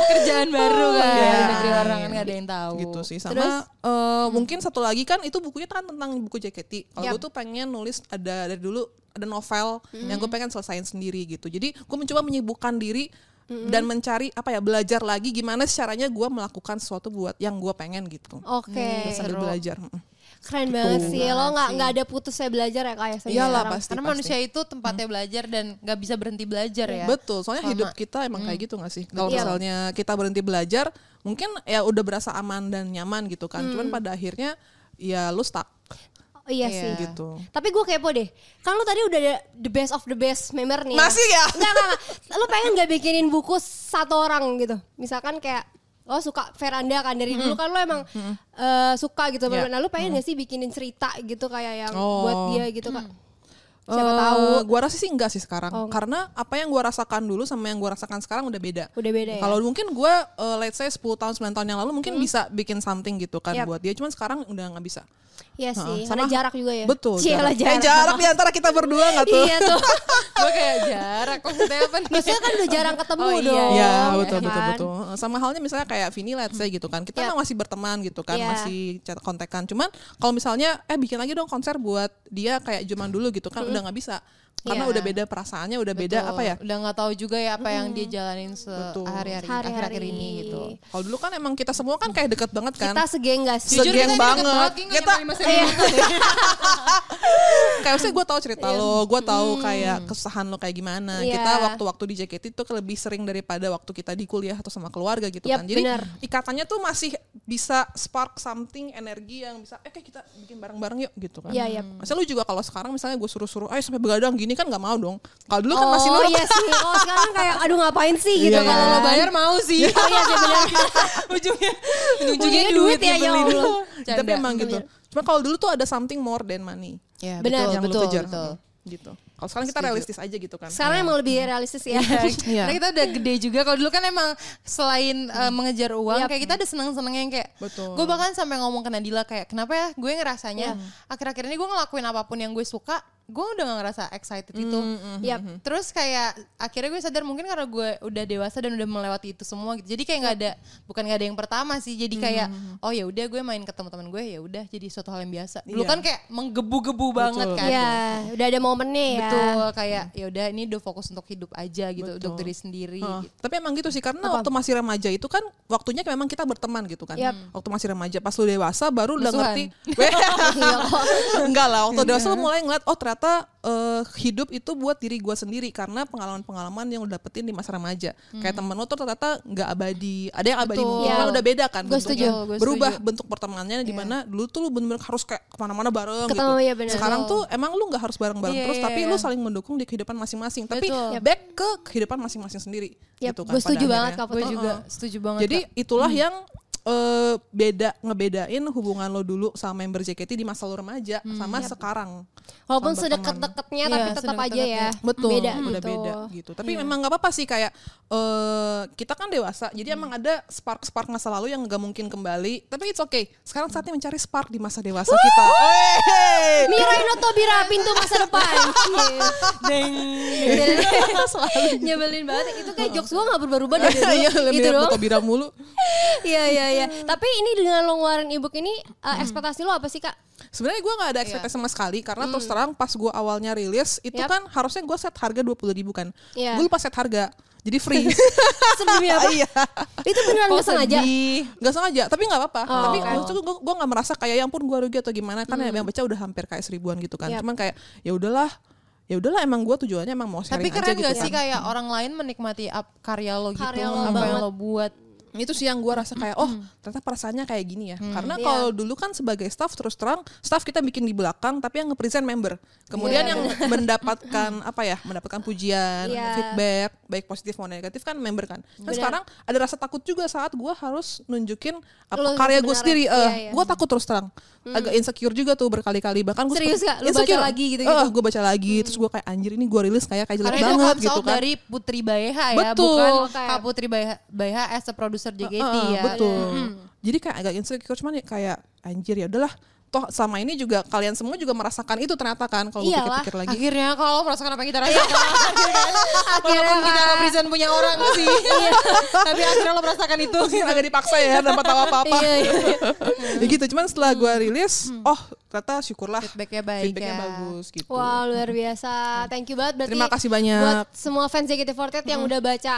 Kerjaan baru
Oh,
kan
Iya.
di negeri orang kan nggak ada yang tahu.
gitu sih sama
Terus?
Hmm.
eh, mungkin satu lagi kan itu bukunya kan tentang buku Jakiti kalau
Yap.
gue tuh pengen nulis ada dari dulu ada novel yang
Hmm.
gue pengen selesain sendiri gitu jadi gue mencoba menyibukkan diri
Hmm.
dan mencari apa ya belajar lagi gimana caranya gue melakukan sesuatu buat yang gue pengen gitu
Oke.
Hmm,
sambil
Oh, seru.
belajar Mm.
Keren banget sih. Lo nggak nggak ada putusnya belajar ya kayak
Iya lah,
Karena-
pasti,
Karena
pasti.
manusia itu tempatnya belajar dan nggak bisa berhenti belajar ya. *laughs*
Betul, soalnya
Lama.
hidup kita emang kayak gitu gak sih? Kalau
Iya.
misalnya kita berhenti belajar, mungkin ya udah berasa aman dan nyaman gitu kan.
Hmm.
Cuman pada akhirnya ya lu stuck
Oh, iya
Iya.
sih.
gitu.
Tapi gue kepo deh. Kan lo tadi udah ada the best of the best member nih.
Masih ya?
Enggak, enggak, enggak. Lo pengen gak bikinin buku satu orang gitu? Misalkan kayak lo suka veranda kan dari
Hmm.
dulu kan lo emang eh, suka gitu.
Ya.
Nah
Iya.
lo pengen gak sih bikinin cerita gitu kayak yang
Oh.
buat dia gitu kak? Siapa
Eh,
tahu.
Gua rasa sih enggak sih sekarang.
Oh.
Karena apa yang gua rasakan dulu sama yang gua rasakan sekarang udah beda.
Udah beda ya? Hmm.
Kalau mungkin gua eh, let's say 10 tahun 9 tahun yang lalu mungkin bisa bikin something gitu kan
Yap.
buat dia. Cuman sekarang udah nggak bisa.
Iya sih.
Heeh,
Karena jarak juga ya.
Betul.
Ciela jarak.
jarak. Eh, jarak
*laughs*
di antara kita berdua nggak tuh?
iya tuh.
*laughs*
Gue kayak jarak maksudnya apa nih? *laughs*
Maksudnya kan udah jarang ketemu
Oh, iya,
dong.
Iya betul
kan?
betul betul. Sama halnya misalnya kayak Vini let's say gitu kan. Kita
Iya.
emang masih berteman gitu kan,
Iya.
masih chat kontekan. Cuman kalau misalnya eh bikin lagi dong konser buat dia kayak zaman dulu gitu kan udah nggak bisa. Karena
Iya.
udah beda perasaannya, udah beda
Betul.
apa ya? Hmm.
Udah nggak tahu juga ya apa yang dia jalanin sehari-hari
Sehari-hari.
akhir-akhir ini gitu.
Kalau dulu kan emang kita semua kan kayak deket banget kan.
Kita segeng gak sih?
Jujur,
ini
Segeng
deket
banget. Ya, Iya,
Ki, nggak
Kita-
nyampe lima sentimeter.
kayak maksudnya gue tahu cerita lo, gue tahu kayak kesusahan lo kayak gimana.
Hmm. Iya.
Kita waktu-waktu di JKT itu lebih sering daripada waktu kita di kuliah atau sama keluarga gitu
Yap,
kan. Jadi
benar.
ikatannya tuh masih bisa spark something energi yang bisa eh kayak kita bikin bareng-bareng yuk gitu kan.
Iya, yap.
Masa lu juga kalau sekarang misalnya gue suruh-suruh, ayo sampai begadang gini kan nggak mau dong. Kalau dulu kan masih
oh
nurut.
iya sih. Oh sekarang kayak aduh ngapain sih gitu
Iya, iya.
kalau lo bayar.
mau sih.
Oh iya sih
*laughs*
benar.
ujungnya
Ujungnya duit ya, ya
dibeli.
Allah.
Tapi emang gitu. Cuma kalau dulu tuh ada something more than money.
Ya,
Benar,
betul,
yang
betul,
lu kejar.
betul.
Gitu. Kalau sekarang kita realistis aja gitu kan.
Sekarang emang lebih realistis ya.
Iya. Hmm.
Karena kita udah gede juga. Kalau dulu kan emang selain eh, mengejar uang, kayak kita ada seneng-senengnya yang kayak.
Betul. Iya.
Gue bahkan sampai ngomong ke Nadila kayak, kenapa ya? Gue ngerasanya akhir-akhir ini gue ngelakuin apapun yang gue suka, gue udah gak ngerasa excited itu.
Hmm,
Yap.
Terus kayak akhirnya gue sadar mungkin karena gue udah dewasa dan udah melewati itu semua gitu. Jadi kayak nggak ada bukan nggak ada yang pertama sih. Jadi
Hmm,
kayak oh ya udah gue main ketemu teman gue ya udah jadi suatu hal yang biasa. Dulu
Iya.
kan kayak menggebu-gebu banget kan.
Iya, udah ada momennya ya.
Betul
Iya.
kayak ya udah ini udah fokus untuk hidup aja gitu untuk diri sendiri
Heeh.
gitu.
Tapi emang gitu sih karena waktu masih remaja itu kan waktunya memang kita berteman gitu kan.
Yap.
Waktu masih remaja pas lu dewasa baru udah
*laughs* Musuhan. Iya,
ngerti. Weh. Enggak lah, waktu dewasa lu mulai ngeliat oh ternyata eh, hidup itu buat diri gue sendiri karena pengalaman-pengalaman yang lo dapetin di masa remaja kayak temen lo tuh ternyata nggak abadi ada yang abadi
Hmm. Betul.
mungkin kan
Iya.
udah beda kan
Gua
bentuknya.
setuju, gua
berubah
setuju. Iya.
bentuk pertemanannya di mana dulu tuh lo bener-bener harus kayak kemana-mana bareng
Ketemu,
gitu
ya bener.
sekarang tuh emang lo nggak harus bareng-bareng
Iya,
terus
iya,
tapi
iya.
lo saling mendukung di kehidupan masing-masing tapi
Betul.
back ke kehidupan masing-masing sendiri
Yap,
gitu kan
gue
pada
setuju banget
akhirnya.
Kak
ya. Gue
Putu.
juga setuju banget.
Jadi itulah
Hmm.
yang eh, beda ngebedain hubungan lo dulu sama member JKT di masa lo remaja
Hmm,
sama sekarang.
Walaupun
Sama teman.
sedekat-dekatnya
Iya,
tapi tetap aja ya.
sedekat-dekatnya.
Betul,
Beda
udah
gitu.
beda gitu. Tapi memang nggak apa-apa sih kayak eh kita kan dewasa. Jadi
Hmm.
emang ada spark-spark masa lalu yang nggak mungkin kembali. Tapi it's okay. Sekarang saatnya mencari spark di masa dewasa kita. Hey!
Mirai no Tobira pintu masa
*laughs*
depan. Iya.
Deng.
Nyebelin banget. Itu kayak jokes gue gak berubah-ubah dari dulu.
*laughs* Iya,
gitu
lebih
doang.
Tobira mulu.
Iya iya iya. Tapi ini dengan lo ngeluarin ebook ini eh,
Hmm.
ekspektasi lo apa sih kak?
Sebenarnya gue
Iya.
nggak ada ekspektasi sama sekali karena terus terang pas gue awalnya rilis itu
Hmm. Yap.
kan harusnya gue set harga dua puluh ribu kan.
Iya.
Gue lupa set harga. Jadi free.
*laughs* Sebelumnya apa?
*laughs* Iya.
Itu beneran
Kok
gak sengaja?
sedih.
Nggak sengaja, tapi nggak apa-apa.
Oh,
tapi
oke. Hmm.
maksud gue gue nggak merasa kayak yang pun gue rugi atau gimana kan yang baca udah hampir kayak seribuan gitu kan.
Yap.
Cuman kayak ya udahlah, ya udahlah emang gue tujuannya emang mau
Tapi
sharing aja
keren
gitu
gak
kan.
sih kayak orang lain menikmati ap- ya? Hmm. karya lo gitu,
Karya lo
apa yang
banget.
lo buat.
itu sih yang gue rasa kayak oh ternyata perasaannya kayak gini ya karena
Iya.
kalau dulu kan sebagai staff terus terang staff kita bikin di belakang tapi yang nge-present member kemudian
Iya.
yang mendapatkan apa ya mendapatkan pujian
Iya.
feedback baik positif maupun negatif kan member kan dan
Benar.
sekarang ada rasa takut juga saat gue harus nunjukin apa
Lo
karya gue
kebenaran.
sendiri eh
Iya, iya.
gue takut terus terang agak insecure juga tuh berkali-kali bahkan gue
Serius nggak?
sempet
Lu baca lagi gitu-gitu? Mm.
Eh, gue baca lagi terus gue kayak anjir ini gue rilis kayak kayak jelek
Karena itu
banget
comes
gitu
out
kan
dari Putri Bayeha ya,
Betul.
bukan
Oke.
Kak Putri Bayeha, Bayeha as a producer JKT
Heeh,
ya.
Betul. Jadi kayak agak insecure cuman ya kayak anjir ya udahlah. Toh sama ini juga kalian semua juga merasakan itu ternyata kan kalau gue
Iya
Iyalah.
pikir-pikir lagi.
Ah,
*laughs*
Akhirnya kalau merasakan apa yang kita *laughs* rasakan,
Akhirnya,
walaupun kita Iya.
Kak.
represent punya *laughs* orang sih, tapi akhirnya lo merasakan itu.
Mungkin agak dipaksa ya tanpa tahu apa-apa.
Iya, iya.
*laughs* ya gitu. Cuman setelah gue rilis, oh ternyata syukurlah
Mm. Feedbacknya baik
feedbacknya
ya.
bagus gitu.
Wah luar biasa. Thank you banget. Berarti
Terima kasih banyak.
Buat semua fans JKT48 yang udah baca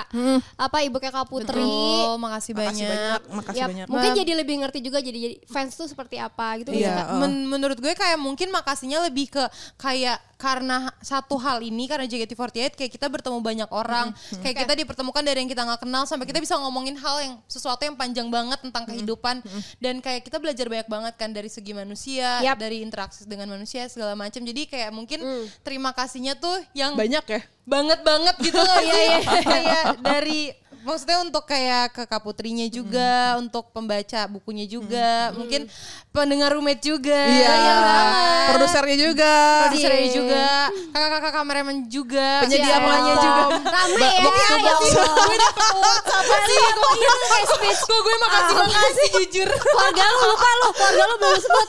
apa ibunya Kak Putri.
Betul, Oh, makasih
Makasih
banyak.
banyak, makasih
Yap,
banyak.
Mungkin jadi lebih ngerti juga jadi, jadi fans tuh seperti apa gitu.
Iya.
bisa, Kak?
heeh.
Men- menurut gue kayak mungkin makasihnya lebih ke kayak karena satu hal ini karena JKT48 kayak kita bertemu banyak orang
Mm-hmm.
kayak kita dipertemukan dari yang kita nggak kenal sampai kita bisa ngomongin hal yang sesuatu yang panjang banget tentang
Mm-hmm.
kehidupan dan kayak kita belajar banyak banget kan dari segi manusia
Yap.
dari interaksi dengan manusia segala macam jadi kayak mungkin terima kasihnya tuh yang
Mm. Banyak ya.
banget banget gitu loh *laughs* ya kayak dari maksudnya untuk kayak ke kaputrinya juga untuk pembaca bukunya juga mungkin pendengar roommate juga ya banyak banget.
Iya. Produsernya juga.
Iya, produsernya juga kakak-kakak kameramen juga Iya.
Penyedia malam.
juga
ya Rame ya.
Iya,
ya Allah.
gue dapet awards apa sih
Iya.
gue
Itu kayak speech. Ah,
kok gue makasih makasih jujur
Keluarga lu lupa lu, keluarga lu belum
*laughs*
sebut.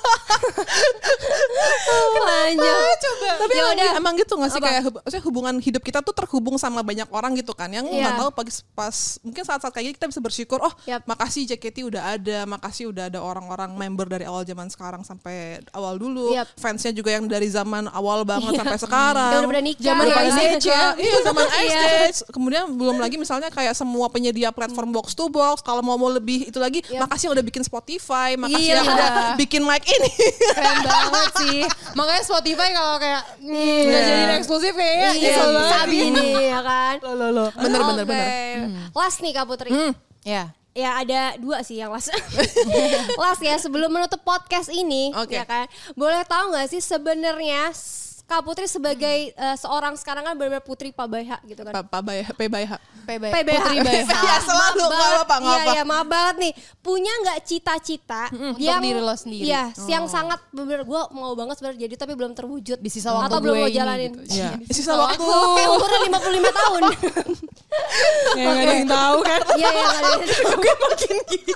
Panjang.
coba
Tapi
Ya
emang,
udah.
emang gitu gak sih
Apa?
kayak hub- maksudnya hubungan hidup kita tuh terhubung sama banyak orang gitu kan yang
Iya.
nggak tahu pagi pas mungkin saat-saat kayak gini kita bisa bersyukur oh
Yap.
makasih JKT udah ada makasih udah ada orang-orang member dari awal zaman sekarang sampai awal dulu
Yap.
fansnya juga yang dari zaman awal banget sampai sekarang
Yang udah pada nikah.
zaman
Iya.
Ice Age ya
Iya.
iya zaman Ice
Iya.
Age kemudian belum lagi misalnya kayak semua penyedia platform box to box kalau mau mau lebih itu lagi makasih yang udah bikin Spotify makasih
Iya.
yang udah bikin like ini
keren banget sih makanya Spotify kalau kayak nggak
Iya.
jadi eksklusif ya, kayaknya
Iya,
nyesel banget.
sabi ini ya kan.
bener bener
Oke.
bener Hmm.
Last nih Kak Putri.
ya
Ya ada dua sih yang
*laughs*
last. last ya sebelum menutup podcast ini,
Oke.
ya kan. Boleh tahu nggak sih sebenarnya s- Kak Putri sebagai
Hmm.
eh, seorang sekarang kan benar-benar Putri Pabaha gitu kan.
Pak Pak Bayah, Pak Bayah.
PBH.
*laughs* PBH.
*laughs*
Putri Bae. Iya, selalu.
Maaf
Nggak
banget.
apa-apa, nggak
Iya,
apa.
iya, maaf banget nih. Punya nggak cita-cita
Hmm, Untuk diri lo sendiri. Oh.
Iya, yang sangat bener gue mau banget sebenarnya jadi tapi belum terwujud.
Di sisa waktu
Atau belum
gue
lo
ini
jalanin.
gitu.
Iya. Sisa
Kalau
waktu.
aku kayak umurnya 55
*laughs*
tahun.
Ya, nggak *laughs* ada yang tahu kan.
Iya, iya. nggak ada-
Gue makin gini.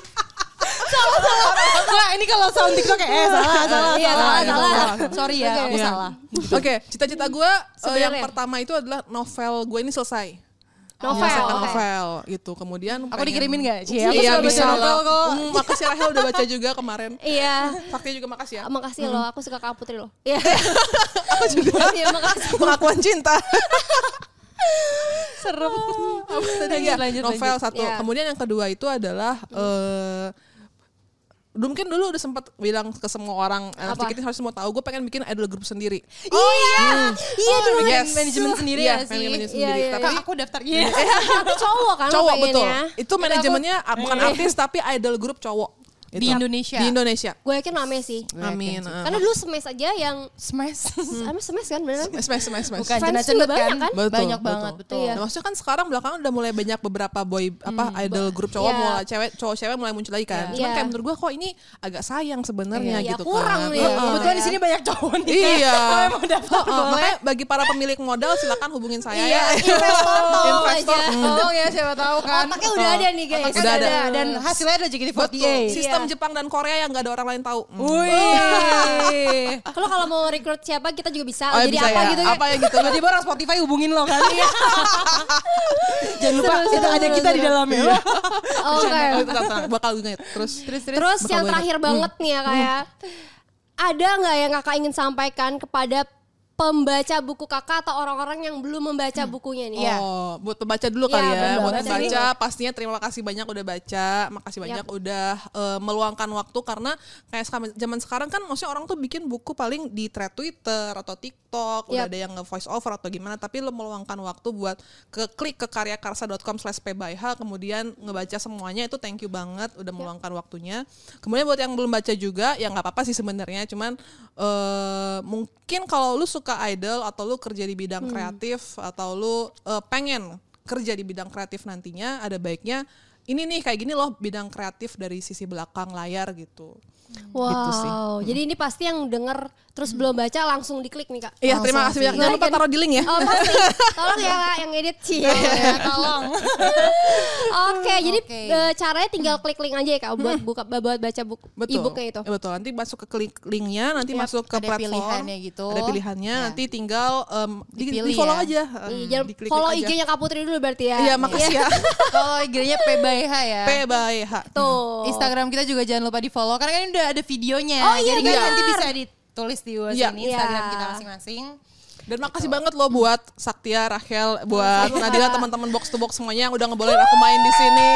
salah salah. Wah, ini kalau sound TikTok kayak eh salah salah.
Iya,
salah,
salah, salah.
Sorry ya, aku
Iya.
salah.
Oke, cita-cita gue yang
Sebenarnya.
pertama itu adalah novel gue ini selesai.
Iya,
Novel.
Selesaikan
oke.
novel gitu. Kemudian
Aku dikirimin nggak? Cie, aku
Iya,
suka baca
bisa
novel
lah.
kok.
Hmm, makasih Rahel udah baca juga kemarin.
Iya.
Fakti juga makasih ya.
Makasih lo, aku suka Kak Putri lo. *laughs* Iya.
Aku juga.
Iya, makasih.
*laughs* Pengakuan cinta.
Serem.
Oh,
Lanjut,
Tadi
Hmm.
ya,
lanjut,
novel satu.
Iya.
Kemudian yang kedua itu adalah eh dulu mungkin dulu udah sempat bilang ke semua orang anak
Apa?
cilik ini harus semua tahu gue pengen bikin idol group sendiri
Oh iya. Iya dulu.
bikin
Yes.
manajemen sendiri
Iya,
ya sih.
manajemen
Iya,
sendiri
iya,
tapi
Kak, aku daftar. Iya.
*laughs* Tapi cowok kan lo
cowok betul
pengennya.
itu manajemennya ah, bukan artis tapi idol group cowok
Iya. Di
Itu.
Indonesia.
di Indonesia
Gue yakin rame sih.
amin
Karena dulu semes aja yang
Smash.
Hmm.
Sama semes kan bener kan?
smash smash smash smash.
Bukan
Fans
cenat-cenat
juga banyak
kan?
kan?
Betul,
banyak
betul.
banget betul.
Iya.
Nah, maksudnya kan sekarang belakangan udah mulai banyak beberapa boy apa idol grup cowok
Iya.
mulai cewek cowok cewek mulai muncul lagi kan.
Iya.
Cuman
Iya.
kayak menurut gua kok ini agak sayang sebenarnya
Iya,
gitu
kurang
kan.
nih.
Heeh.
Iya.
Kebetulan di sini banyak cowok nih. kan?
Iya.
*laughs*
Kalau emang daftar
Heeh,
boleh.
makanya bagi para pemilik modal silakan hubungin saya
Iya,
ya.
investor tolong
Investor.
aja.
Tolong ya siapa tahu kan.
Otaknya udah ada nih guys.
Otaknya
Oh, Udah ada.
dan hasilnya ada
Iya,
*laughs* Betul.
JKT48.
Sistem Jepang dan Korea yang nggak ada orang lain tahu. Hmm.
Wih.
*laughs* Kalau kalau mau rekrut siapa kita juga bisa.
Oh,
Jadi
bisa
apa
ya?
gitu
Apa yang gitu?
Tiba-tiba orang Spotify hubungin lo *laughs* kan. Jangan lupa
Seru,
itu
seru,
ada
seru,
kita di
seru.
dalamnya. Iya.
Oh, oke.
Bercanda. Itu tak- tak- bakal gue inget. Terus terus
Terus yang
bakal gue inget. Hmm.
terakhir banget nih ya kayak ada nggak yang kakak ingin sampaikan kepada pembaca buku kakak atau orang-orang yang belum membaca bukunya nih?
Oh, buat pembaca dulu
ya. Iya,
kali ya,
bener
buat
banget.
pembaca pastinya terima kasih banyak udah baca, makasih banyak udah eh, meluangkan waktu karena kayak sekarang- zaman sekarang kan maksudnya orang tuh bikin buku paling di thread Twitter atau TikTok,
Yap.
udah ada yang nge voice over atau gimana, tapi lo meluangkan waktu buat ke klik ke karyakarsa.com/pbh kemudian ngebaca semuanya itu thank you banget udah meluangkan waktunya. Kemudian buat yang belum baca juga ya nggak apa-apa sih sebenarnya, cuman eh, mungkin kalau lu suka idol atau lu kerja di bidang kreatif atau lu eh, pengen kerja di bidang kreatif nantinya ada baiknya ini nih kayak gini loh bidang kreatif dari sisi belakang layar gitu.
Wow.
Gitu sih. Hmm.
Jadi ini pasti yang denger terus belum baca langsung diklik
*laughs*
nih kak.
Iya, terima kasih banyak. Jangan lupa taruh di link ya.
Oh pasti. Tolong ya kak yang edit sih.
Iya, *laughs*
Tolong.
Oke, jadi
Oke.
eh, caranya tinggal klik link aja ya kak buat buka buat baca buku
Hmm. Betul.
e-booknya itu.
Ya, betul. Nanti masuk ke klik linknya, nanti
Yap,
masuk
Iya,
ke
ada
platform.
pilihannya gitu.
Ada pilihannya.
Ya.
Nanti tinggal em, di,
Dipilih
follow
ya.
aja.
Iya,
Em,
jangan
diklik-klik
follow
aja.
IG-nya Kak Putri dulu berarti ya.
Iya, makasih ya.
Kalau Oh, IG-nya PBH ya.
P by H.
Tuh.
Instagram kita juga jangan lupa di follow karena kan ini udah ada videonya.
Oh, iya,
Jadi kan
benar.
nanti bisa ditulis di bawah
Iya.
sini Instagram
Iya.
kita masing-masing.
Dan makasih banget loh buat Saktia, Rachel, buat Nadila, teman-teman box to box semuanya yang udah ngebolehin aku main di sini.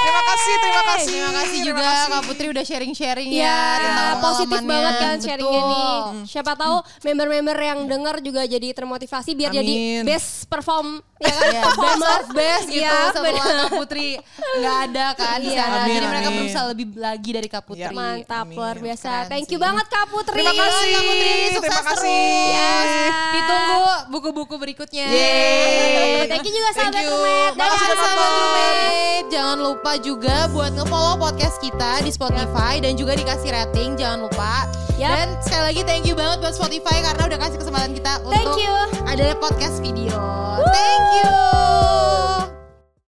Terima kasih, terima kasih.
Oh, Terima kasih juga Kak Putri udah sharing-sharing
Iya,
ya tentang
positif
pengalamannya.
banget kan sharingnya
ya, Betul. Mm.
nih. Siapa tahu member-member yang dengar juga jadi termotivasi biar jadi
Amin.
best perform ya kan?
Iya, best of best gitu
Iya,
setelah
benar.
Kak Putri nggak ada kan di
Iya.
sana.
Amin,
Jadi mereka
amin.
berusaha lebih lagi dari Kak Putri.
Iya.
Mantap
Amin.
luar biasa.
Keren
Thank you
ya, kan sih.
banget Kak Putri.
Terima kasih.
Kak Putri, sukses
Terima kasih.
terus.
Iya.
Ditunggu buku-buku berikutnya.
Yeay.
Thank you juga
Thank
sahabat
you.
Rumet. Dadah,
Makasih,
Jangan
teman-teman.
sahabat roommate, jangan lupa juga buat nge-follow podcast kita di Spotify dan juga dikasih rating, jangan lupa.
Yap.
Dan sekali lagi thank you banget buat Spotify karena udah kasih kesempatan kita
Thank
untuk
you.
ada podcast video. Thank you.